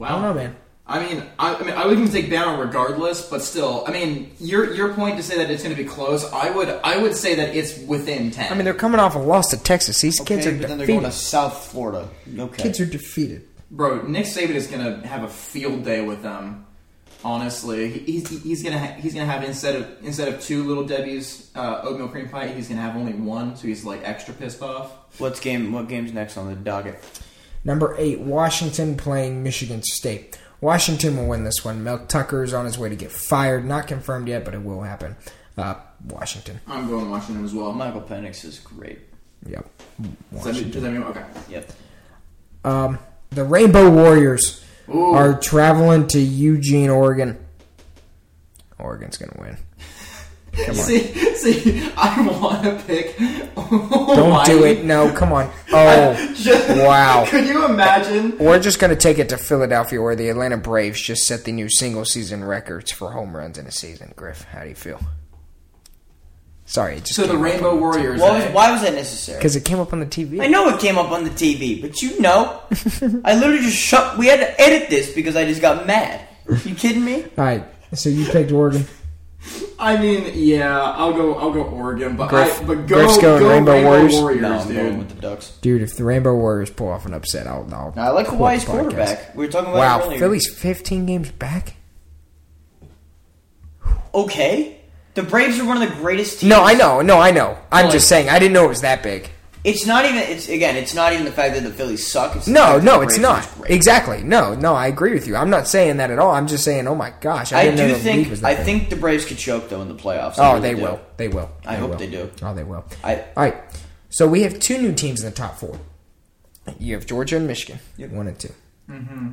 I don't know, man.
I mean, I, I mean, I would even take Bama regardless, but still, I mean, your your point to say that it's going to be close, I would I would say that it's within ten.
I mean, they're coming off a loss to Texas. These kids
Okay,
are
but then they're going to
defeated.
South Florida. Okay.
Kids are defeated.
bro, Nick Saban is going to have a field day with them. Honestly, He- he's he's gonna ha- he's gonna have instead of instead of two little Debbie's uh, oatmeal cream pie, he's gonna have only one, so he's like extra pissed off.
What's game? What game's next on the docket?
Number eight, Washington playing Michigan State. Washington will win this one. Mel Tucker is on his way to get fired. Not confirmed yet, but it will happen. Uh, Washington.
I'm going Washington as well.
Michael Penix is great.
Yep.
Does that mean, does that mean okay?
Yep.
Um, the Rainbow Warriors
Ooh.
are traveling to Eugene, Oregon. Oregon's going to win.
See, see, I want to pick.
Don't do it. No, come on. Oh, wow.
Could you imagine?
We're just going to take it to Philadelphia, where the Atlanta Braves just set the new single season records for home runs in a season. Griff, how do you feel? Sorry, it just
So the Rainbow Warriors.
Uh,
What was,
eh?
why was that necessary?
because it came up on the TV.
I know it came up on the TV, but you know, I literally just shut. We had to edit this because I just got mad. You kidding me?
All right, so you picked Oregon.
I mean, yeah, I'll go. I'll go Oregon, but
Griff-
I, but go,
Griff's
go
going Rainbow
Rainbow,
Warriors?
Warriors,
No, I'm
dude.
going with the Ducks.
Dude, if the Rainbow Warriors pull off an upset, I'll. I'll
Now, I like
quit
Hawaii's
the podcast.
quarterback. We were talking about it
Wow,
earlier.
Philly's 15 games back?
Okay, the Braves are one of the greatest teams.
No, I know, no, I know. I'm
Like-
just saying, I didn't know it was that big.
It's not even. It's again. It's not even the fact that the Phillies suck. It's the
No,
fact that
no,
the
it's
Braves are
not.
just great.
Exactly. No, no, I agree with you. I'm not saying that at all. I'm just saying, oh my gosh, I,
I
didn't
do
know the league was
think.
that
I
big.
think the Braves could choke though in the playoffs. I
Oh,
really
they
do.
will. They will.
I hope they do.
Oh, they will.
I-
All right. So we have two new teams in the top four. You have Georgia and Michigan, one and 2 Mm-hmm.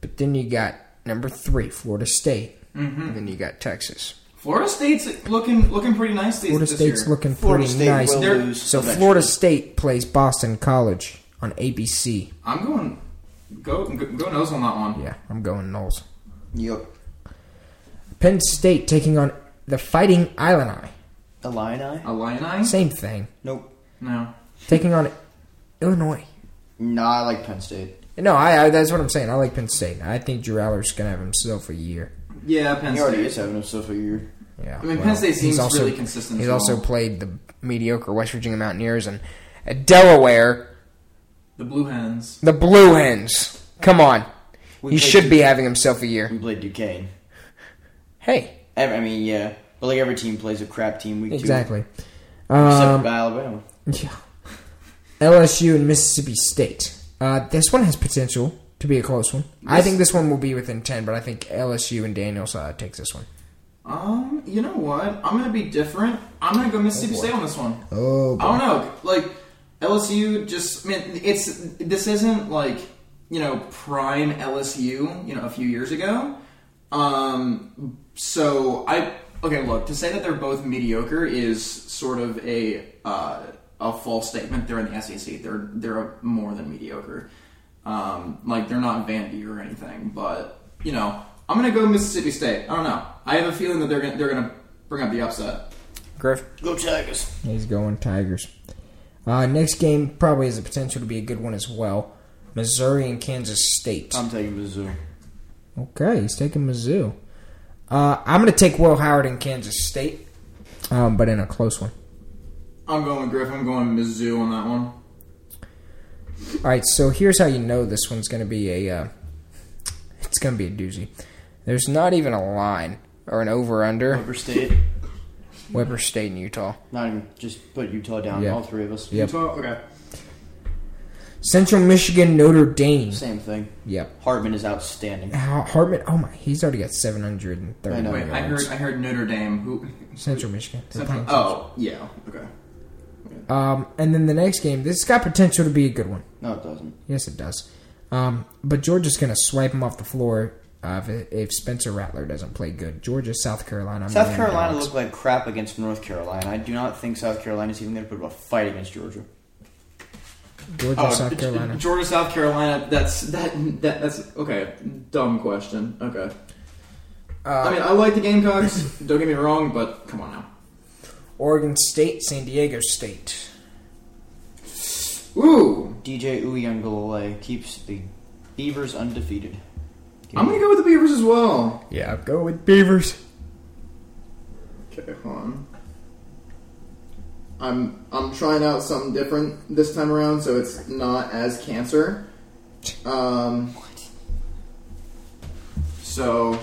But then you got number three, Florida State. Mm-hmm. And then you got Texas.
Florida State's looking looking pretty nice these,
Florida
this
State's
year.
looking
Florida
pretty
State
nice.
will
They're-
lose.
so
eventually.
Florida State plays Boston College on ABC.
I'm going. Go go, go nose on that one.
Yeah, I'm going Knowles.
Yep.
Penn State taking on the Fighting Illini.
Illini.
Illini?
Same thing.
Nope.
No.
Taking on Illinois.
No, I like Penn State.
No, I, I that's what I'm saying. I like Penn State. I think Drew Aller's gonna have himself a year.
Yeah, Penn
He
State.
already is having himself a year.
Yeah,
I mean,
well,
Penn State
he's
seems
also-
really consistent.
He's
as
also
well.
played the mediocre West Virginia Mountaineers and uh, Delaware,
the Blue Hens.
the Blue Hens. Come on,
We
he
played
should
Duke-
be having himself a year.
We played Duquesne.
Hey,
Ev- I mean, yeah, but like every team plays a crap team week
exactly.
two, except
Um,
by Alabama.
yeah. LSU and Mississippi State. Uh, this one has potential to be a close one. I think this one will be within ten, but I think LSU and Daniels uh, takes this one.
Um, you know what? I'm gonna be different. I'm gonna go Mississippi State on this one.
Oh,
I don't know. Like LSU, just I mean, it's this isn't like you know prime LSU. You know, a few years ago. Um, so I okay. Look, to say that they're both mediocre is sort of a uh, a false statement. They're in the SEC. They're they're more than mediocre. Um, like they're not Vandy or anything. But you know, I'm gonna go Mississippi State. I don't know. I have a feeling that they're gonna they're gonna bring up the upset.
Griff.
Go Tigers!
He's going Tigers. Uh, next game probably has the potential to be a good one as well. Missouri and Kansas
Um,
State.
I'm taking Mizzou.
Okay, he's taking Mizzou. Uh, I'm going to take Will Howard in Kansas State, um, but in a close one.
I'm going Griff. I'm going Mizzou on that one.
All right, so here's how you know this one's going to be a. Uh, it's going to be a doozy. There's not even a line or an over under.
Weber State.
Weber State and Utah.
Not even just put Utah down.
Yeah.
All three of us.
Yep.
Utah? Okay.
Central Michigan, Notre Dame.
Same thing.
Yep.
Hartman is outstanding.
Ha- Hartman. Oh my, he's already got 730.
I know.
Wait, I heard I heard Notre Dame. Who?
Central Michigan. They're playing
Oh, yeah. Okay.
Um, and then the next game, this has got potential to be a good one.
No, it doesn't.
Yes, it does. Um, but Georgia's going to swipe him off the floor uh, if, if Spencer Rattler doesn't play good. Georgia, South Carolina. I'm
South
laying
Carolina
dogs.
looked like crap against North Carolina. I do not think South Carolina is even going to put up a fight against Georgia. uh,
Georgia, South Carolina.
Georgia, South Carolina. That's that, that. That's okay. Dumb question. Okay. I mean, I like the Gamecocks. don't get me wrong, but come on now.
Oregon State, San Diego State.
Ooh,
DJ Uyunglele keeps the Beavers undefeated.
I'm gonna go with the Beavers as well.
Yeah, go with Beavers.
Okay, hold on. I'm I'm trying out something different this time around, so it's not as cancer. Um. So.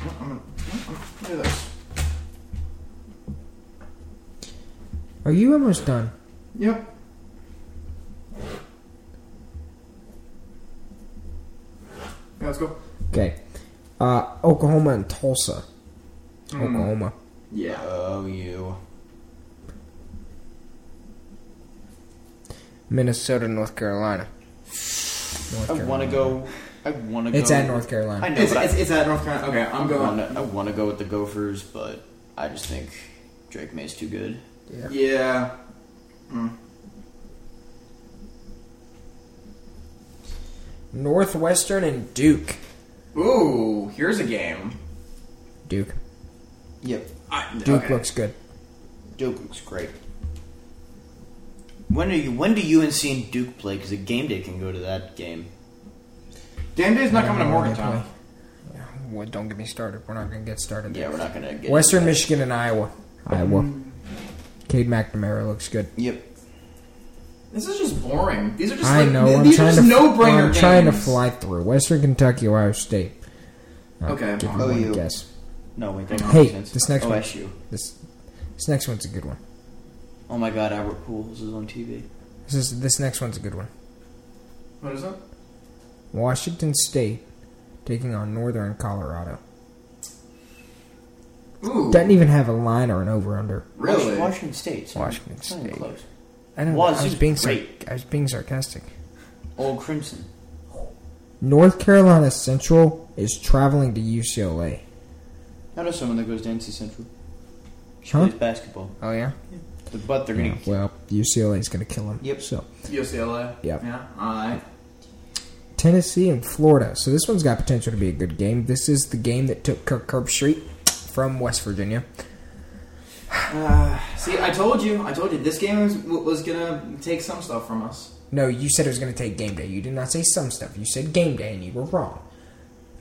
I'm gonna, I'm gonna do this.
Are you almost done?
Yep. Yeah, let's go.
Okay. Uh, Oklahoma and Tulsa.
Hmm.
Oklahoma.
Yeah.
Oh, you.
Minnesota, North Carolina. North
I want to go. I want to go.
It's at North Carolina.
I know,
It's,
but I-
it's, it's at North Carolina. Okay, I'm
I
going.
wanna- I want to go with the Gophers, but I just think Drake May's too good.
Yeah.
Northwestern and Duke.
Ooh, here's a game.
Duke.
Yep.
I,
Duke
okay.
looks good.
Duke looks great. When are you? When do UNC and Duke play? Because a game day can go to that game.
Game day's not coming to
know where they
Morgantown.
Well, don't get me started. We're not going to get started.
Yeah, we're not gonna get
Western Michigan and Iowa. Iowa.
Mm.
Cade McNamara looks good.
Yep.
This is just boring. These are just
I
like
know.
th-
I'm
these are
trying
just
to.
no brainer
I'm
games.
trying to fly through Western Kentucky, Ohio State. I'll
Okay.
Give you
Oh,
one
you.
guess.
No wait, that
Hey,
makes sense. Oh,
this next one.
OSU.
This this next one's a good one.
Oh my God, Albert Pools is on TV.
This is this next one's a good one.
What is it?
Washington State taking on Northern Colorado.
Ooh,
Doesn't even have a line or an over under.
really?
Wash- Washington State. It's not-
Washington
it's not even
State.
close.
I don't know. I was
Wazoo's
being sar-
great.
I was being sarcastic.
Old Crimson.
North Carolina Central is traveling to UCLA.
I know someone that goes to NC Central. She
Huh?
plays basketball.
Oh yeah.
But they're gonna.
Well, UCLA is going to kill him.
Yep.
So
UCLA.
Yep.
Yeah. I.
Tennessee and Florida. So this one's got potential to be a good game. This is the game that took Kirk Herbstreit from West Virginia.
See, I told you, I told you, this game was, was gonna take some stuff from us.
No, you said it was going to take game day. You did not say some stuff. You said game day, and you were wrong.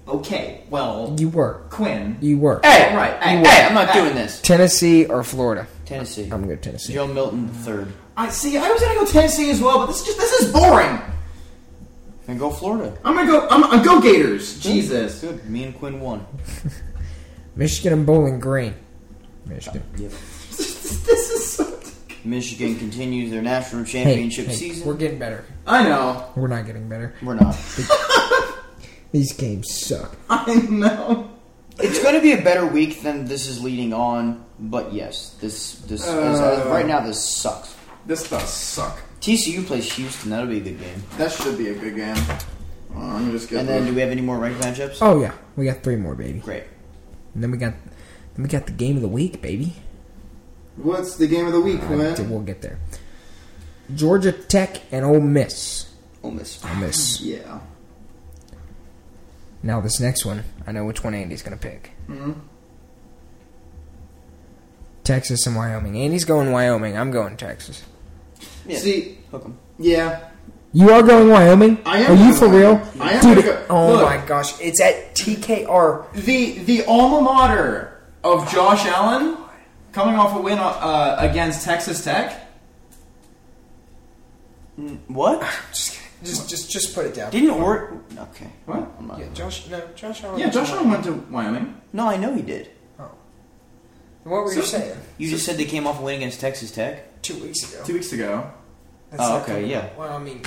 Okay, well,
You were.
Quinn.
You were.
Hey,
All right,
hey,
you
hey,
won.
I'm not doing this.
Tennessee or Florida?
Tennessee.
I'm going to go Tennessee.
Joe Milton third.
I see. I was gonna go Tennessee as well, but this is just this is boring.
Then go Florida.
I'm gonna go. I'm, I'm go
Hmm?
Gators. Jesus.
Good. Me and Quinn won.
Michigan and Bowling Green. Michigan.
This is. So,
Michigan continues their national
Hey,
championship
hey,
season.
We're
We're,
getting better.
I know.
We're not getting better.
not.
These games suck.
I know.
it's going to be a better week than this is leading on. But yes, this this is, as of right now this sucks.
Uh, This does suck.
TCU plays Houston. That'll be a good game.
That should be a good game. Uh, I'm just
And
gonna.
then do we have any more ranked matchups?
Oh yeah, we got three more, baby.
Great.
And then we got, then we got the game of the week, baby.
What's the game of the week, man?
We'll get there. Georgia Tech and Ole Miss.
Ole Miss.
Ole Miss.
Yeah.
Now this next one, I know which one Andy's gonna pick.
Mm-hmm.
Texas and Wyoming. Andy's going Wyoming. I'm going Texas.
Yeah.
See.
Hook 'em.
Yeah.
You are going Wyoming?
I am
Are you
going
for
Wyoming.
real?
I am
Dude,
gonna go-
oh
Look.
my gosh. It's at TKR.
The the alma mater of Josh Allen, coming off a win uh, against Texas Tech.
What?
Just, just, just, just put it down.
Didn't work. Okay.
What?
I'm not-
Yeah, Josh, no, Josh Allen.
Yeah, Josh Allen went to Wyoming.
No, I know he did.
What were you
So-
saying?
You just said they came off a win against Texas Tech.
Two weeks ago.
Two weeks ago.
That's
Oh,
not
okay,
coming
yeah.
up. Well, I mean,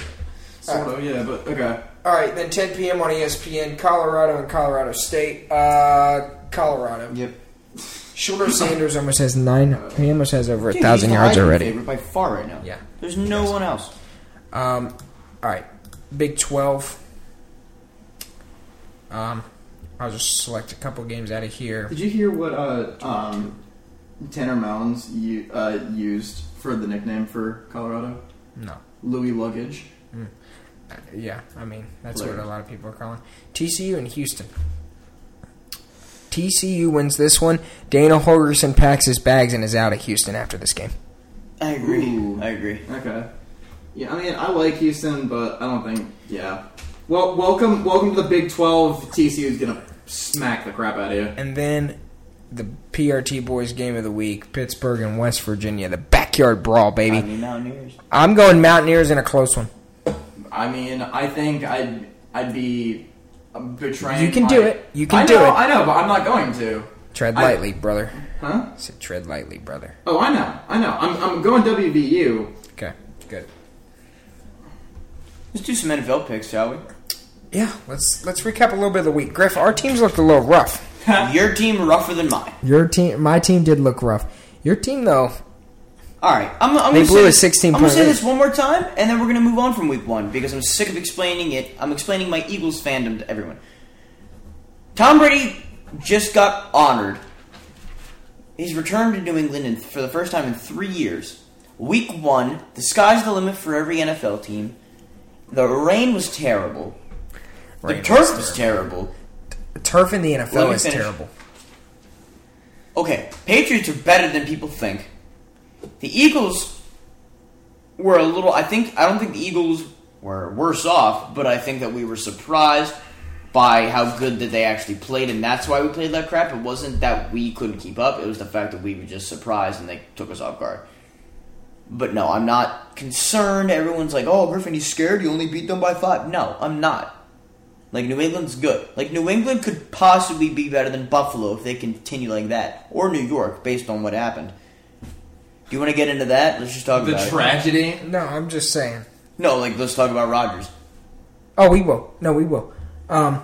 Sort of, yeah, but okay.
all right. Then 10 p.m. on E ESPN, Colorado and Colorado State. Uh, Colorado.
Yep.
Shorter Sanders almost has nine. He almost has over a thousand yards already.
Favorite by far right now.
Yeah.
There's no one else.
Um, all right, Big Twelve. Um, I'll just select a couple games out of here.
Did you hear what uh, um, Tanner Mounds u- uh, used for the nickname for Colorado?
No,
Louis Luggage.
yeah, I mean that's what
Hilarious.
a lot of people are calling TCU and Houston. TCU wins this one. Dana Holgerson packs his bags and is out of Houston after this game.
I agree.
Ooh.
I agree.
Okay. Yeah, I mean, I like Houston, but I don't think. Yeah. Well, welcome, welcome to the Big Twelve. TCU's gonna smack the crap out of you.
And then the PRT boys game of the week: Pittsburgh and West Virginia, the backyard brawl, baby.
I mean, Mountaineers.
I'm going Mountaineers in a close one.
I mean, I think I'd I'd be betraying.
You can
my-
do it. You can
I
do
know,
it.
I know, but I'm not going to.
Tread
I-
lightly, brother.
Huh?
I said tread lightly, brother.
Oh, I know. I know. I'm I'm going WVU.
Okay, good.
Let's do some NFL picks, shall we?
Yeah, let's let's recap a little bit of the week. Griff, our teams looked a little rough.
Your team rougher than mine.
Your team, my team did look rough. Your team though,
All right, I'm, I'm
They
gonna
blew
say
a
this-
16
I'm gonna
point
say
lead.
this one more time, and then we're gonna move on from week one because I'm sick of explaining it. I'm explaining my Eagles fandom to everyone. Tom Brady just got honored. He's returned to New England in, for the first time in three years. Week one, the sky's the limit for every NFL team. The rain was terrible. the
Rain
turf
was
was terrible.
turf in the
Let
NFL
me
is
finish.
terrible.
Okay, Patriots are better than people think. The Eagles were a little. I think I don't think the Eagles were worse off, but I think that we were surprised by how good that they actually played, and that's why we played like crap. It wasn't that we couldn't keep up; it was the fact that we were just surprised and they took us off guard. But no, I'm not concerned. Everyone's like, "Oh, Griffin, you scared? You only beat them by five. No, I'm not. Like New England's good. Like New England could possibly be better than Buffalo if they continue like that, or New York, based on what happened. Do you want to get into that? Let's just talk
The
about it.
tragedy.
No, I'm just saying.
No, like let's talk about Rodgers.
Oh, we will. No, we will. Um,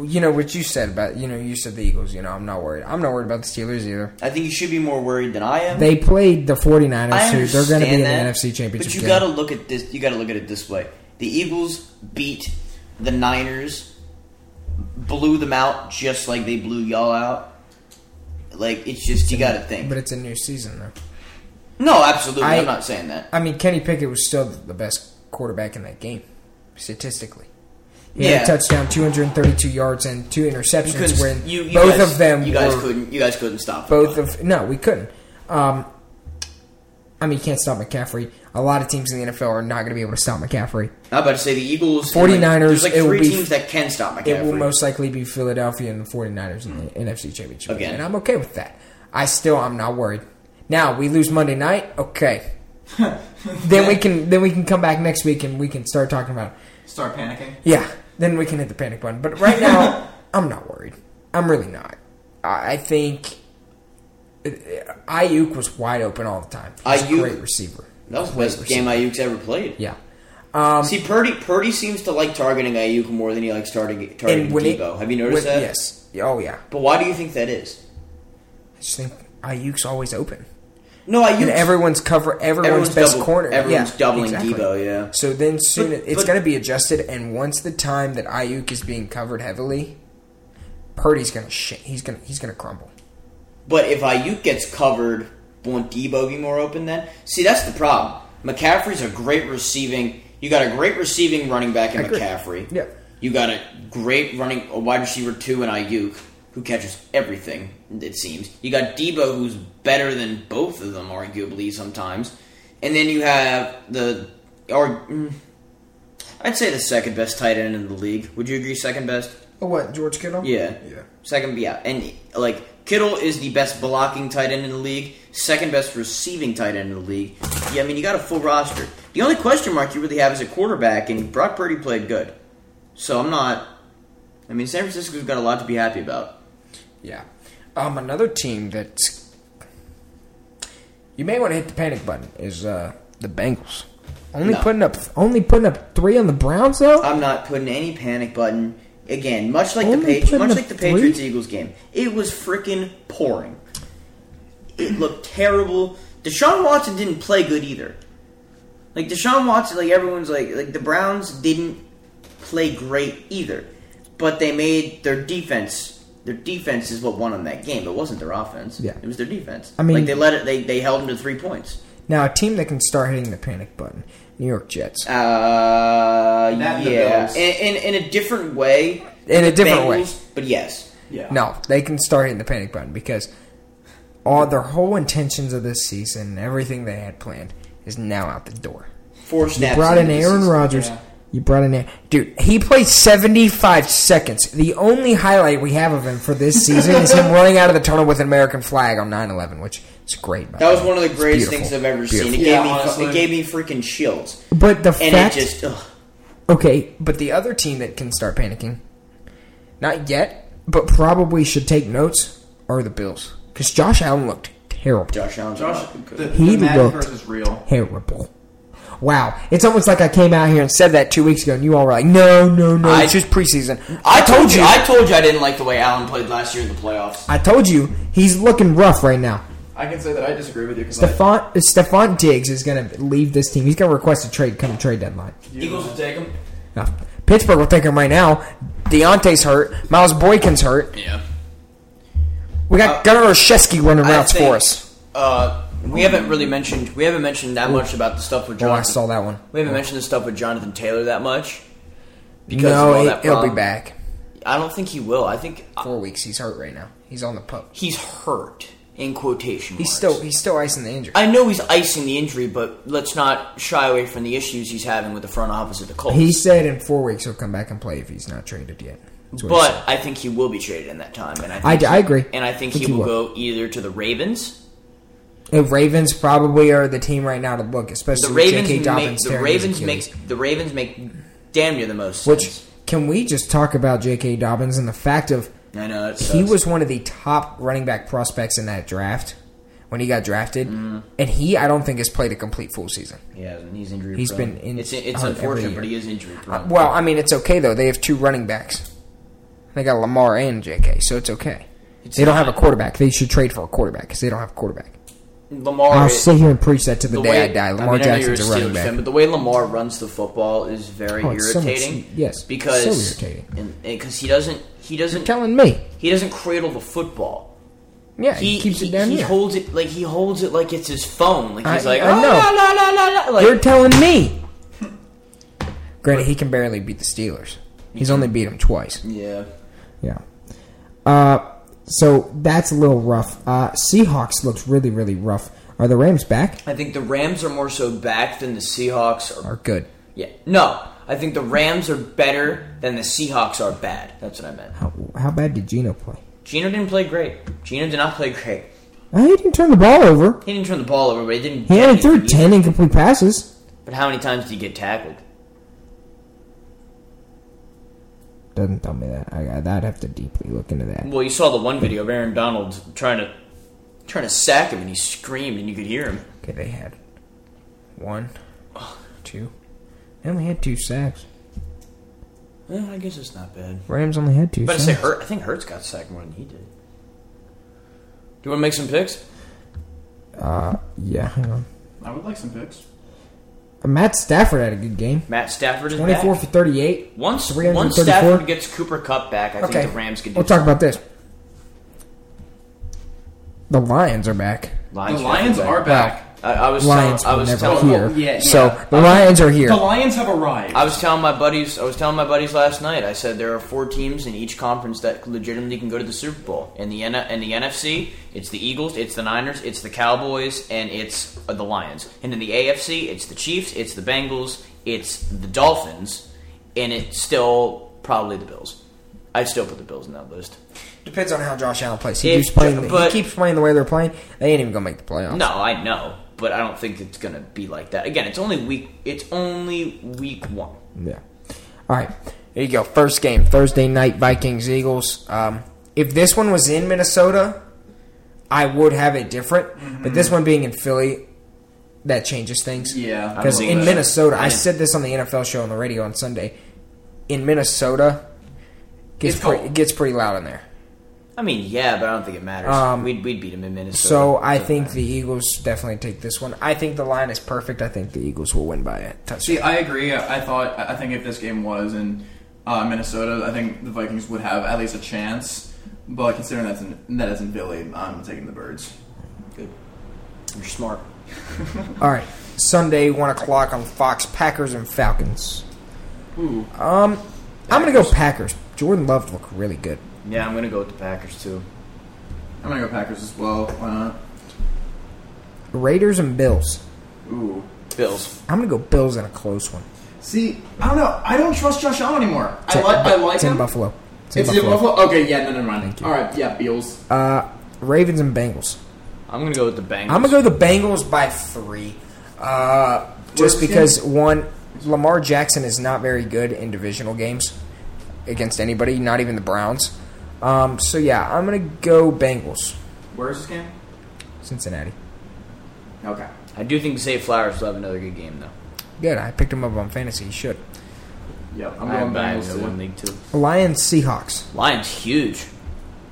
you know what you said about you know you said the Eagles. You know I'm not worried. I'm not worried about the Steelers either.
I think you should be more worried than I am.
They played the 49ers,
I
who they're
understand
going to be in the
that,
NFC Championship.
But you
game.
got to look at this. You got to look at it this way: the Eagles beat the Niners, blew them out just like they blew y'all out. Like it's just you got to think.
but it's a new season though.
No, absolutely,
I-
I'm not saying that.
I mean, Kenny Pickett was still the best quarterback in that game, statistically. He had
Yeah.
a touchdown, 232 yards, and two
You
interceptions.
couldn't.
When
you, you
both
guys,
of them,
You guys
were-
couldn't. You guys couldn't stop.
both
them.
of no, we couldn't. Um, I mean, you can't stop McCaffrey. A lot of teams in the NFL are not going to be able to stop McCaffrey.
I'm about to say the Eagles.
49ers,
There's like
it will
three
be-
teams that can stop McCaffrey.
It will most likely be Philadelphia and the 49ers in the NFC Championship.
Again.
Again. And I'm okay with that. I still, I'm not worried. Now, we lose Monday night? Okay. then we can then we can come back next week and we can start talking about it.
Start panicking.
Yeah, then we can hit the panic button. But right now, I'm not worried. I'm really not. I I think uh, Ayuk was wide open all the time. He's a
Ayuk-
great receiver.
that was the
Great
best game Ayuk's ever played.
Yeah,
See, Purdy Purdy seems to like targeting Ayuk more than he likes targeting targeting
when it-
Debo. Have you noticed
when-
that?
Yes. Yeah, Oh yeah.
But why do you think that is?
I just think Ayuk's always open,
No, Ayuk.
and everyone's cover everyone's,
Everyone's
best
double-
corner.
everyone's
Yeah,
doubling
exactly.
Debo, yeah.
So then soon
But-
it it's
but-
going to be adjusted, and once the time that Ayuk is being covered heavily, Purdy's going to shit. He's going to he's going to crumble.
But if Ayuk gets covered, won't Debo be more open then? See, that's the problem. McCaffrey's a great receiving. You got a great receiving running back in
Agree.
McCaffrey.
Yeah.
You got a great running a wide receiver two in Ayuk, who catches everything. It seems you got Debo, who's better than both of them, arguably sometimes. And then you have the or. mm, I'd say the second best tight end in the league. Would you agree? Second best.
Oh, what George Kittle?
Yeah.
Yeah.
Second, yeah, and like Kittle is the best blocking tight end in the league, second best receiving tight end in the league. Yeah, I mean you got a full roster. The only question mark you really have is a quarterback, and Brock Purdy played good, so I'm not. I mean, San Francisco's got a lot to be happy about.
Yeah. Um, another team that you may want to hit the panic button is uh, the Bengals. Only
No.
putting up only putting up three on the Browns though.
I'm not putting any panic button. Again, much like
Only
the Patri-
putting
much
up
like the
three?
Patriots Eagles game, it was freaking pouring. It looked terrible. Deshaun Watson didn't play good either. Like Deshaun Watson, like everyone's like like the Browns didn't play great either, but they made their defense. Their defense is what won them that game. It wasn't their offense.
Yeah.
it was their defense.
I mean-
like they let it. They they held them to three points.
Now a team that can start hitting the panic button, New York Jets.
Uh,
That and the
yeah,
Bills.
in, in in a different way.
In a different way.
Bengals, but yes,
Yeah.
No, they can start hitting the panic button because all their whole intentions of this season, everything they had planned, is now out the door.
four
You
snaps.
brought in
into the
Aaron
season.
Rodgers.
Yeah.
You brought in Aaron. Dude, he played 75 seconds. The only highlight we have of him for this season is him running out of the tunnel with an American flag on 9 11, which is great. by the
That was
way.
one of the
It's
greatest
beautiful.
things I've ever
Beautiful.
seen. It
Yeah,
gave me
honestly.
it gave me freaking chills,
But the
and
fact.
it just ugh,
okay, but the other team that can start panicking, not yet, but probably should take notes, are the Bills. Because Josh Allen looked terrible.
Josh Allen.
Josh, the,
He
the Madden
looked-
versus real.
terrible. Wow, it's almost like I came out here and said that two weeks ago, and you all were like, "No, no, no,
I-
it's just preseason." I told you,
I told you I didn't like the way Allen played last year in the playoffs.
I told you, he's looking rough right now.
I can say that I disagree with you because I
Stephon uh, Stephon Diggs is going to leave this team. He's going to request a trade come trade deadline.
Eagles will take him.
Now, Pittsburgh will take him right now. Deontay's hurt. Miles Boykin's hurt.
Yeah,
We got Gunnar Oshesky running
Uh, I
routes
think,
for us.
Uh, we haven't really mentioned we haven't mentioned that much about the stuff with
Oh,
Jonathan.
I saw that one.
We haven't mentioned the stuff with Jonathan Taylor that much. Because of all
No,
that
it, will be
problem.
back.
I don't think he will. I think uh,
Four weeks. He's hurt right now. He's on the pup.
he's hurt in quotation.
He's
marks.
still he's still icing the injury.
I know he's icing the injury, but let's not shy away from the issues he's having with the front office of the Colts.
He said in four weeks he'll come back and play if he's not traded yet. That's what he said.
but I think he will be traded in that time, and I, think
I d-
he-
I agree.
and I think,
Think he
he will
will.
go either to the Ravens.
The Ravens probably are the team right now to look, especially
The
with
Ravens
J.K.
make
Dobbins.
the
tearing his
Ravens
Achilles.
make the Ravens make damn near the most.
Which
sense.
can we just talk about J.K. Dobbins and the fact of
I know it
he
sucks.
was one of the top running back prospects in that draft when he got drafted,
Mm.
and he I don't think has played a complete full season.
He hasn't. He's injury.
He's
prone.
been in-
It's it's
hurt every
unfortunate,
year.
but he is injury prone.
Uh, Well, I mean it's okay though. They have two running backs. They got Lamar and J.K., so it's okay. they don't have a quarterback. They should trade for a quarterback because they don't have a quarterback.
Lamar.
I'll
is-
sit here and preach that to the,
the
day
way
I die. Lamar
I mean, I know you're
Jackson's a running
Steelers
back.
fan, but the way Lamar runs the football is very
Oh, it's so much-
irritating.
yes,
because
so irritating.
because he doesn't he doesn't
telling me,
he doesn't cradle the football.
yeah, he, keeps it down
he
here.
holds it like he holds it like it's his phone. Like he's
I-
like,
I
oh,
know.
no, no, no, no, no. Like,
You're telling me. Granted, he can barely beat the Steelers. He's only beat them twice.
yeah.
Yeah. Uh,
So that's a little rough. Uh, Seahawks looks really, really rough. Are the Rams back?
I think the Rams are more so back than the Seahawks are.
Are good.
Yeah, no, I think the Rams are better than the Seahawks are bad. That's what I meant.
How bad did Gino play?
Gino didn't play great. Gino did not play great.
Uh, he didn't turn the ball over.
He didn't turn the ball over, but he didn't.
He
get
only threw
anything either.
ten incomplete passes.
But how many times did he get tackled?
Doesn't tell me that. I, I'd I'd have to deeply look into that.
Well, you saw the one video of Aaron Donald trying to trying to sack him, and he screamed, and you could hear him.
Okay, they had one, two. They only had two sacks.
Eh, I guess it's not bad.
Rams only had two.
But I
sacks.
say Hurt. I think Hurts got sacked more than he did. Do you want to make some picks?
yeah, hang on.
I would like some picks.
Uh, Matt Stafford had a good game.
Matt Stafford is
Twenty-four
back.
for thirty-eight.
Once
334.
once Stafford gets Cooper Cup back, I
Okay.
think the Rams could do
We'll talk about this. The Lions are back.
Lions,
The Lions are back.
I, I was
Lions
telling, I
were
was
never
telling
here.
yeah, yeah.
So the Lions are here.
The Lions have arrived.
I was telling my buddies. I was telling my buddies last night. I said there are four teams in each conference that legitimately can go to the Super Bowl. In the N- in the NFC, it's the Eagles, it's the Niners, it's the Cowboys, and it's uh, the Lions. And in the AFC, it's the Chiefs, it's the Bengals, it's the Dolphins, and it's still probably the Bills. I'd still put the Bills in that list.
Depends on how Josh Allen plays. He
If-
keeps playing.
but-
he keeps playing the way they're playing. They ain't even gonna make the playoffs.
No, I know, but I don't think it's gonna be like that. Again, it's only week. It's only week one.
Yeah. All right.
There you go. First game Thursday night Vikings Eagles. Um, if this one was in Minnesota, I would have it different. But this one being in Philly, that changes things.
Mm-hmm. Yeah, I
because
believe
in
that.
Minnesota, I
Yeah.
said this on the NFL show on the radio on Sunday. In Minnesota, gets
It's
pre-
cold.
it gets pretty loud in there.
I mean, yeah, but I don't think it matters.
Um,
we'd, we'd beat them in Minnesota.
So I
Doesn't
think
matter.
the Eagles definitely take this one. I think the line is perfect. I think the Eagles will win by a touchdown.
See, I agree. I I thought. I I think if this game was in uh, Minnesota, I think the Vikings would have at least a chance. But considering that's in, that is in Philly, I'm taking the Birds.
you're smart.
All right, Sunday one o'clock on Fox. Packers and Falcons. Um,
Ooh,
I'm gonna go Packers. Jordan Love looked really good.
Yeah, I'm gonna go with the Packers too.
I'm gonna go Packers as well. Why not?
Raiders and Bills.
Ooh.
Bills.
I'm gonna go Bills in a close one.
See, I don't know. I don't trust Josh Allen anymore. I
It's
like.
at-
I like
it's in
him.
Buffalo. It's in
It's
Buffalo.
in Buffalo. Okay, yeah, no, never mind.
Thank you.
All right, yeah, Beals.
Uh, Ravens and Bengals.
I'm gonna go with the Bengals.
I'm gonna go the Bengals by three. Uh, just
Where's
because one, Lamar Jackson is not very good in divisional games against anybody, not even the Browns. Um, so yeah, I'm gonna go Bengals,
Where is this game?
Cincinnati.
Okay.
I do think Zay Flowers will have another good game though.
Good, I picked him up on fantasy. He should.
Yep,
I have
I'm going Bengals
Bengals in one
too.
league too.
Lions Seahawks.
Lions huge.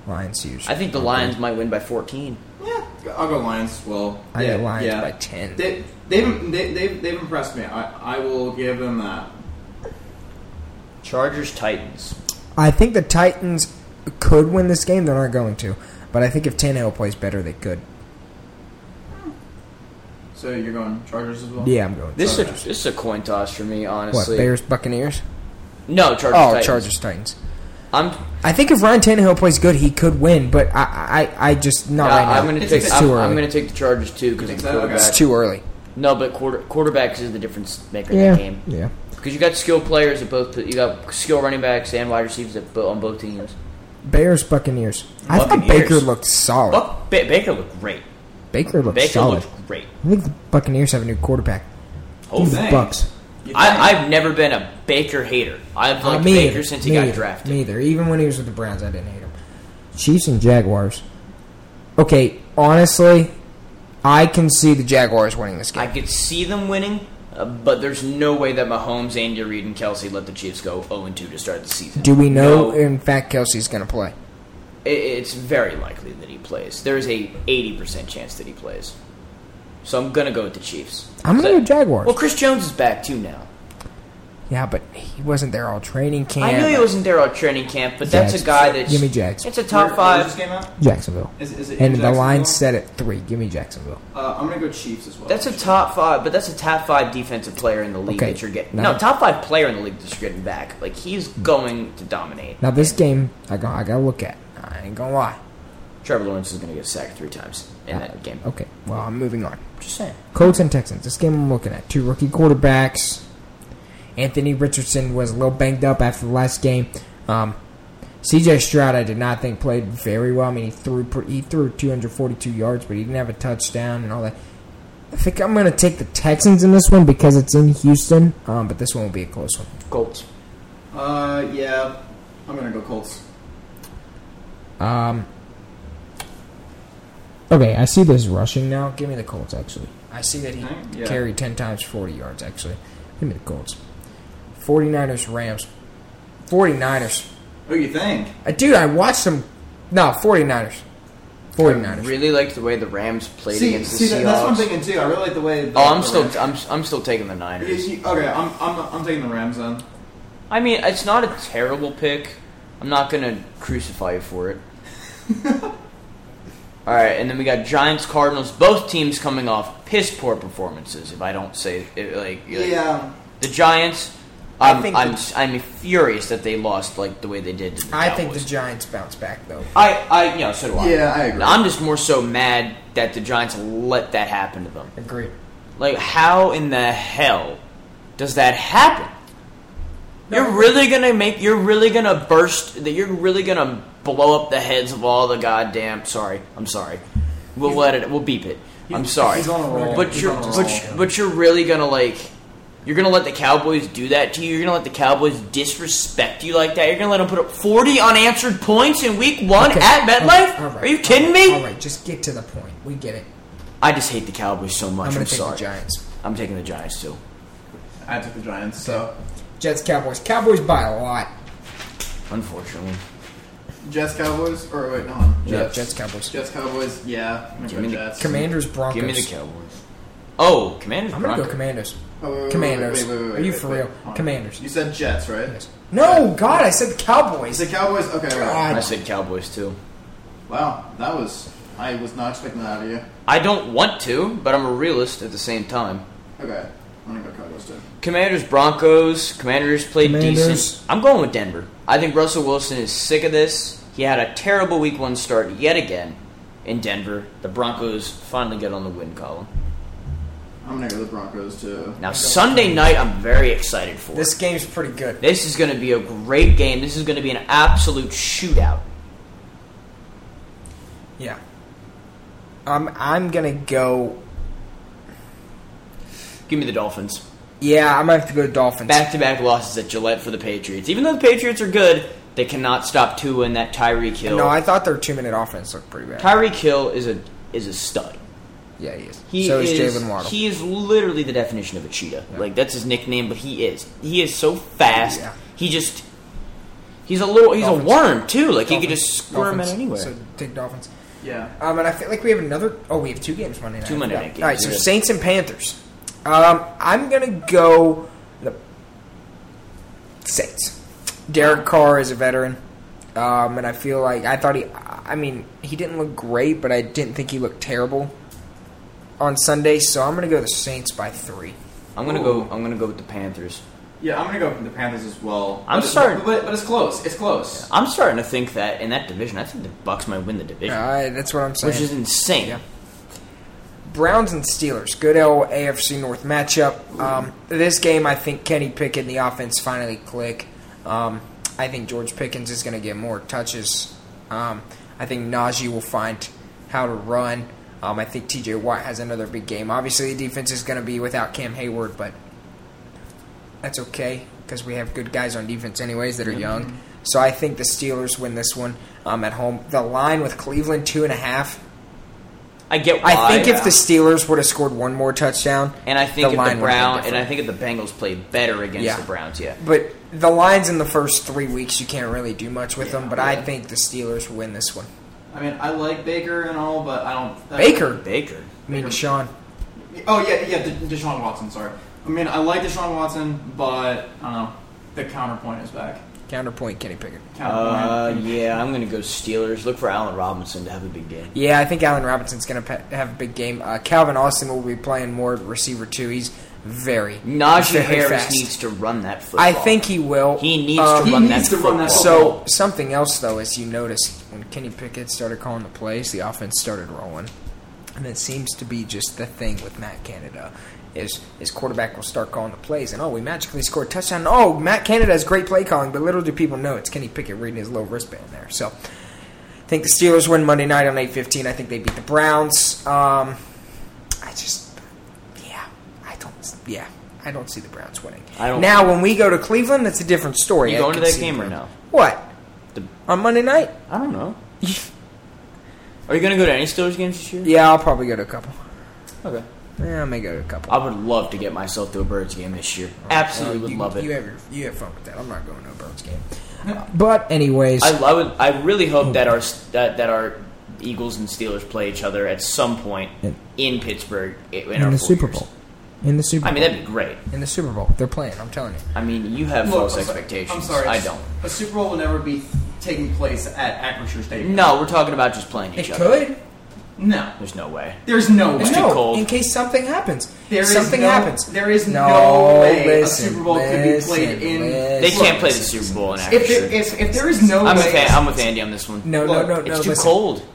Lions huge.
I think the Lions might win by 14.
Yeah, I'll go Lions as well.
I
yeah,
get Lions
yeah.
by ten.
They, they've, they, they've, they've impressed me. I, I will give them that.
Chargers Titans.
I think the Titans could win this game. They're not going to, but I think if Tannehill plays better, they could.
So you're going Chargers as well?
Yeah, I'm going.
This is a, this is a coin toss for me,
what
honestly.
Bears Buccaneers?
No Chargers.
Oh,
Titans.
Chargers Titans.
I'm.
I think if Ryan Tannehill plays good, he could win, but I I, I just not
I-
right now.
I'm gonna
it's,
take.
too
I'm,
early.
I'm gonna take the Chargers too because
think
of
so? Okay.
quarterback.
it's too early.
No, but quarter, quarterbacks is the difference maker in
Yeah.
the game
Yeah.
because you got skill players at both. You got skill running backs and wide receivers at, bo- on both teams.
Bears Buccaneers. I thought
Buccaneers.
Baker looked solid.
Buck, ba- Baker looked great.
Baker looked
Baker
solid.
looked great.
I think the Buccaneers have a new quarterback.
Oh,
Give me the
thanks.
Bucks.
You think?
I, I've never been a Baker hater. I've
Uh,
liked
me
Baker
either.
since he
Me
got
either.
drafted.
Me either. Even when he was with the Browns, I didn't hate him. Chiefs and Jaguars. Okay, honestly, I can see the Jaguars winning this game.
I could see them winning, uh, but there's no way that Mahomes, Andy Reid, and Kelsey let the Chiefs go 0 2 to start the season.
Do we know,
No.
in fact, Kelsey's going to play?
It, it's very likely that he plays. There's a 80% chance that he plays. So I'm gonna go with the Chiefs.
I'm going to go Jaguars.
Well, Chris Jones is back too now.
yeah, but he wasn't there all training camp.
I knew he wasn't there on training camp, but that's
Jags.
a guy that's
Give me Jags.
It's a
Where-
top
where is
five.
this game at?
Jacksonville.
Is, is it in
And the line
Jacksonville?
set at three. Give me Jacksonville.
Uh, I'm gonna go Chiefs as well.
That's a top five, but that's a top five defensive player in the league
Okay,
that you're getting.
now-
No, top five player in the league that you're getting back. Like he's going to dominate.
Now this game, I got I gotta look at. I ain't gonna lie.
Trevor Lawrence is going to get sacked three times in that game.
Oh,
Okay.
Well, I'm moving on.
Just saying.
Colts and Texans. This game I'm looking at. Two rookie quarterbacks.
Anthony Richardson was a little banged up after the last game. Um, CJ Stroud, I did not think played very well. I mean, he threw pre- he threw 242 yards, but he didn't have a touchdown and all that. I think I'm going to take the Texans in this one because it's in Houston, um, but this one will be a close one.
Colts.
Uh, yeah, I'm gonna go Colts.
Um,
Okay, I see this rushing now. Give me the Colts, actually.
I see that he
Yeah.
carried 10 times 40 yards, actually. Give me the Colts. 49ers, Rams. 49ers.
Who you think?
Uh, dude, I watched them. No, 49ers. 49ers.
Really liked the way the Rams played
See,
against the
see that, that's what I'm
Seahawks.
thinking too. I really like the way. the-
oh, I'm
the
still
Rams-
I'm, I'm still taking the
You-
Niners.
you- okay, I'm, I'm I'm taking the Rams then.
I mean, it's not a terrible pick. I'm not going to crucify you for it. All right, and then we got Giants, Cardinals. Both teams coming off piss poor performances. If I don't say it, like, like-
Yeah,
the Giants,
I
I'm
think
I'm,
the-
I'm furious that they lost like the way they did. To the
I think the
Cowboys.
Giants bounce back, though.
I, I, you know, so do I.
Yeah, I agree.
I'm just more so mad that the Giants let that happen to them.
Agreed.
Like, how in the hell does that happen? You're really gonna make. You're really gonna burst. That you're really gonna blow up the heads of all the goddamn. Sorry, I'm sorry. We'll let it. We'll beep it. I'm sorry.
he's on a roll.
But
He's
you're.
on a roll.
But, you- but you're really gonna like. You're gonna let the Cowboys do that to you. You're gonna let the Cowboys disrespect you like that. You're gonna let them put up 40 unanswered points in Week One
Okay.
at MetLife.
All right.
Are you kidding me?
All right, just get to the point. We get it.
I just hate the Cowboys so much.
I'm
I'm,
going to take
sorry.
the Giants.
I'm taking the Giants too.
I took the Giants. So
Jets, Cowboys. Cowboys by a lot.
Unfortunately,
Jets Cowboys or wait no
Jets.
Jets, Cowboys.
Jets Cowboys. Yeah, I'm
Give
gonna
me
go
the
Jets.
Commanders, Broncos.
give me the Cowboys. Oh, Commanders.
I'm going to go
Broncos.
Commanders.
Oh, wait, wait, wait,
Commanders.
wait, wait, wait,
Are you
wait,
for
wait,
real?
hold on.
Commanders.
You said Jets, right?
Yes. No, God, I said
You
Cowboys.
said Cowboys. Okay. Right.
God.
I said Cowboys too.
Wow, that was I was not expecting that out of you.
I don't want to, but I'm a realist at the same time.
Okay, I'm gonna go Cowboys too.
Commanders, Broncos. Commanders played
Commanders.
decent. I'm going with Denver. I think Russell Wilson is sick of this. He had a terrible Week One start yet again in Denver. The Broncos finally get on the win column.
I'm gonna go the Broncos too.
Now Sunday night, I'm very excited for.
This game's pretty good.
This is going to be a great game. This is going to be an absolute shootout.
Yeah. Um, I'm going to go.
Give me the Dolphins.
Yeah, I'm going to have to go Dolphins.
Back to back losses at Gillette for the Patriots. Even though the Patriots are good, they cannot stop Tua and that Tyreek Hill.
No, I thought their two minute offense looked pretty bad.
Tyreek Hill is a is a stud.
Yeah, he is.
He
so is,
is,
Jalen Waddle.
He is literally the definition of a cheetah. Like that's his nickname, but he is. He is so fast.
Yeah.
He just he's a little he's
Dolphins.
a worm too. Like he could
Dolphins.
just squirm
Dolphins.
at anywhere.
So take Dolphins.
Yeah.
Um, and I feel like we have another. Oh, we have two games Monday night.
Two Monday
Yeah.
night games,
All right, so
yeah.
Saints and Panthers. Um, I'm gonna go the Saints. Derek Carr is a veteran, um, and I feel like I thought he. I mean, he didn't look great, but I didn't think he looked terrible on Sunday. So I'm gonna go the Saints by three.
I'm gonna go I'm gonna go with the Panthers.
Yeah, I'm gonna go with the Panthers as well.
I'm
But-
starting-
but, but it's close. It's close.
I'm starting to think that in that division, I think the Bucks might win the division.
Uh, that's what I'm saying.
Which is insane.
Yeah. Browns and Steelers, good old AFC North matchup. Um, this game, I think Kenny Pickett and the offense finally click. Um, I think George Pickens is going to get more touches. Um, I think Najee will find how to run. Um, I think TJ Watt has another big game. Obviously, the defense is going to be without Cam Hayward, but that's okay because we have good guys on defense anyways that are young. So I think the Steelers win this one um, at home. The line with Cleveland two and a half.
I get why.
I think
yeah.
if the Steelers would have scored one more touchdown,
and I think if the
would have
Brown
been
and I
different.
think if the Bengals played better against
Yeah.
the Browns, yeah.
but the lines in the first three weeks, you can't really do much with them. But I
yeah.
think the Steelers win this one.
I mean, I like Baker and all, but I don't. I-
Baker,
Baker.
I mean Sean.
Oh yeah, yeah. De- Deshaun Watson. Sorry. I mean, I like Deshaun Watson, but I don't know. The counterpoint is back.
Counterpoint, Kenny Pickett.
Counterpoint.
Uh, yeah, I'm gonna go Steelers. Look for Allen Robinson to have a big game.
Yeah, I think Allen Robinson's going to pe- have a big game. Uh, Calvin Austin will be playing more receiver too. He's very,
Najee
very
Harris
fast.
needs to run that football.
I think he will.
he needs
Um,
to
He
run that
needs to
football.
run that
So something else though, as you notice, when Kenny Pickett started calling the plays, the offense started rolling, and it seems to be just the thing with Matt Canada. Is his quarterback will start calling the plays, and oh, we magically scored a touchdown. Oh, Matt Canada has great play calling, but little do people know it's Kenny Pickett reading his little wristband there. So, I think the Steelers win Monday night on eight fifteen. I think they beat the Browns. Um, I just, yeah, I don't, yeah, I don't see the Browns winning.
I don't-
now, when we go to Cleveland, it's a different story.
You
I
going to
can
that
see the
game or
Browns.
no?
What?
The-
On Monday night?
I don't know. Are you going to go to any Steelers games this year?
Yeah, I'll probably go to a couple.
Okay.
Yeah, I may go to a couple.
I would love to get myself to a Birds game this year. Absolutely would
you,
love it.
You have, your, you have fun with that. I'm not going to a Browns game. But anyways,
I, I would. I really hope that our that, that our Eagles and Steelers play each other at some point
In-
in Pittsburgh i- in,
in
our
the
four
Super
years.
Bowl. In the Super Bowl.
I mean, that'd be great.
in the Super Bowl, they're playing. I'm telling you.
I mean, you have
Look,
false
I'm sorry-
expectations.
I'm sorry.
I don't.
A Super Bowl will never be taking place at Acrisure Stadium.
No, we're talking about just playing
It
each other.
could.
No.
There's no way.
There's no way.
It's too
no,
cold.
in case something happens.
There is
something
no-
happens.
there is no way a Super Bowl could be played in-
They
Look,
can't play the Super Bowl in
If there,
Acrisure.
if, if there is no
I'm
way.
with, An- I'm with Andy on this one.
No,
Look,
no, no, no.
it's too
listen.
cold.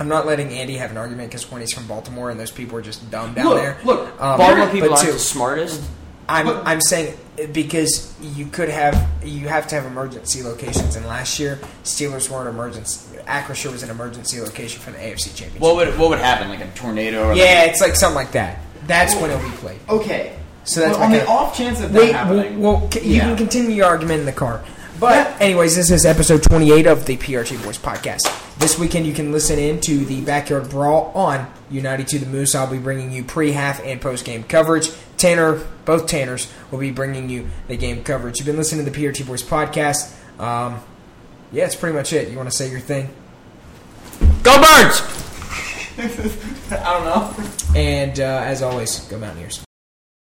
I'm not letting Andy have an argument because one, he's from Baltimore, and those people are just dumb down
Look,
there.
look,
um,
Baltimore
but
people aren't
two,
the smartest.
I'm
But-
I'm saying because you could have you have to have emergency locations, and last year Steelers weren't emergency. Acrisure was an emergency location for the AFC Championship.
What would what would happen? Like a tornado? Or
yeah, it's like something like that. That's when it'll be played.
Okay.
So that's
But on
okay.
the off chance of that
Wait, well,
happening.
well, c- you
Yeah.
can continue your argument in the car. But anyways, this is episode 28 of the PRT Boys podcast. This weekend you can listen in to the Backyard Brawl on United to the Moose. I'll be bringing you pre-half and post-game coverage. Tanner, both Tanners, will be bringing you the game coverage. You've been listening to the PRT Boys podcast. Um, yeah, that's pretty much it. You want to say your thing?
like, go Birds!
I don't know.
And uh, as always, go Mountaineers.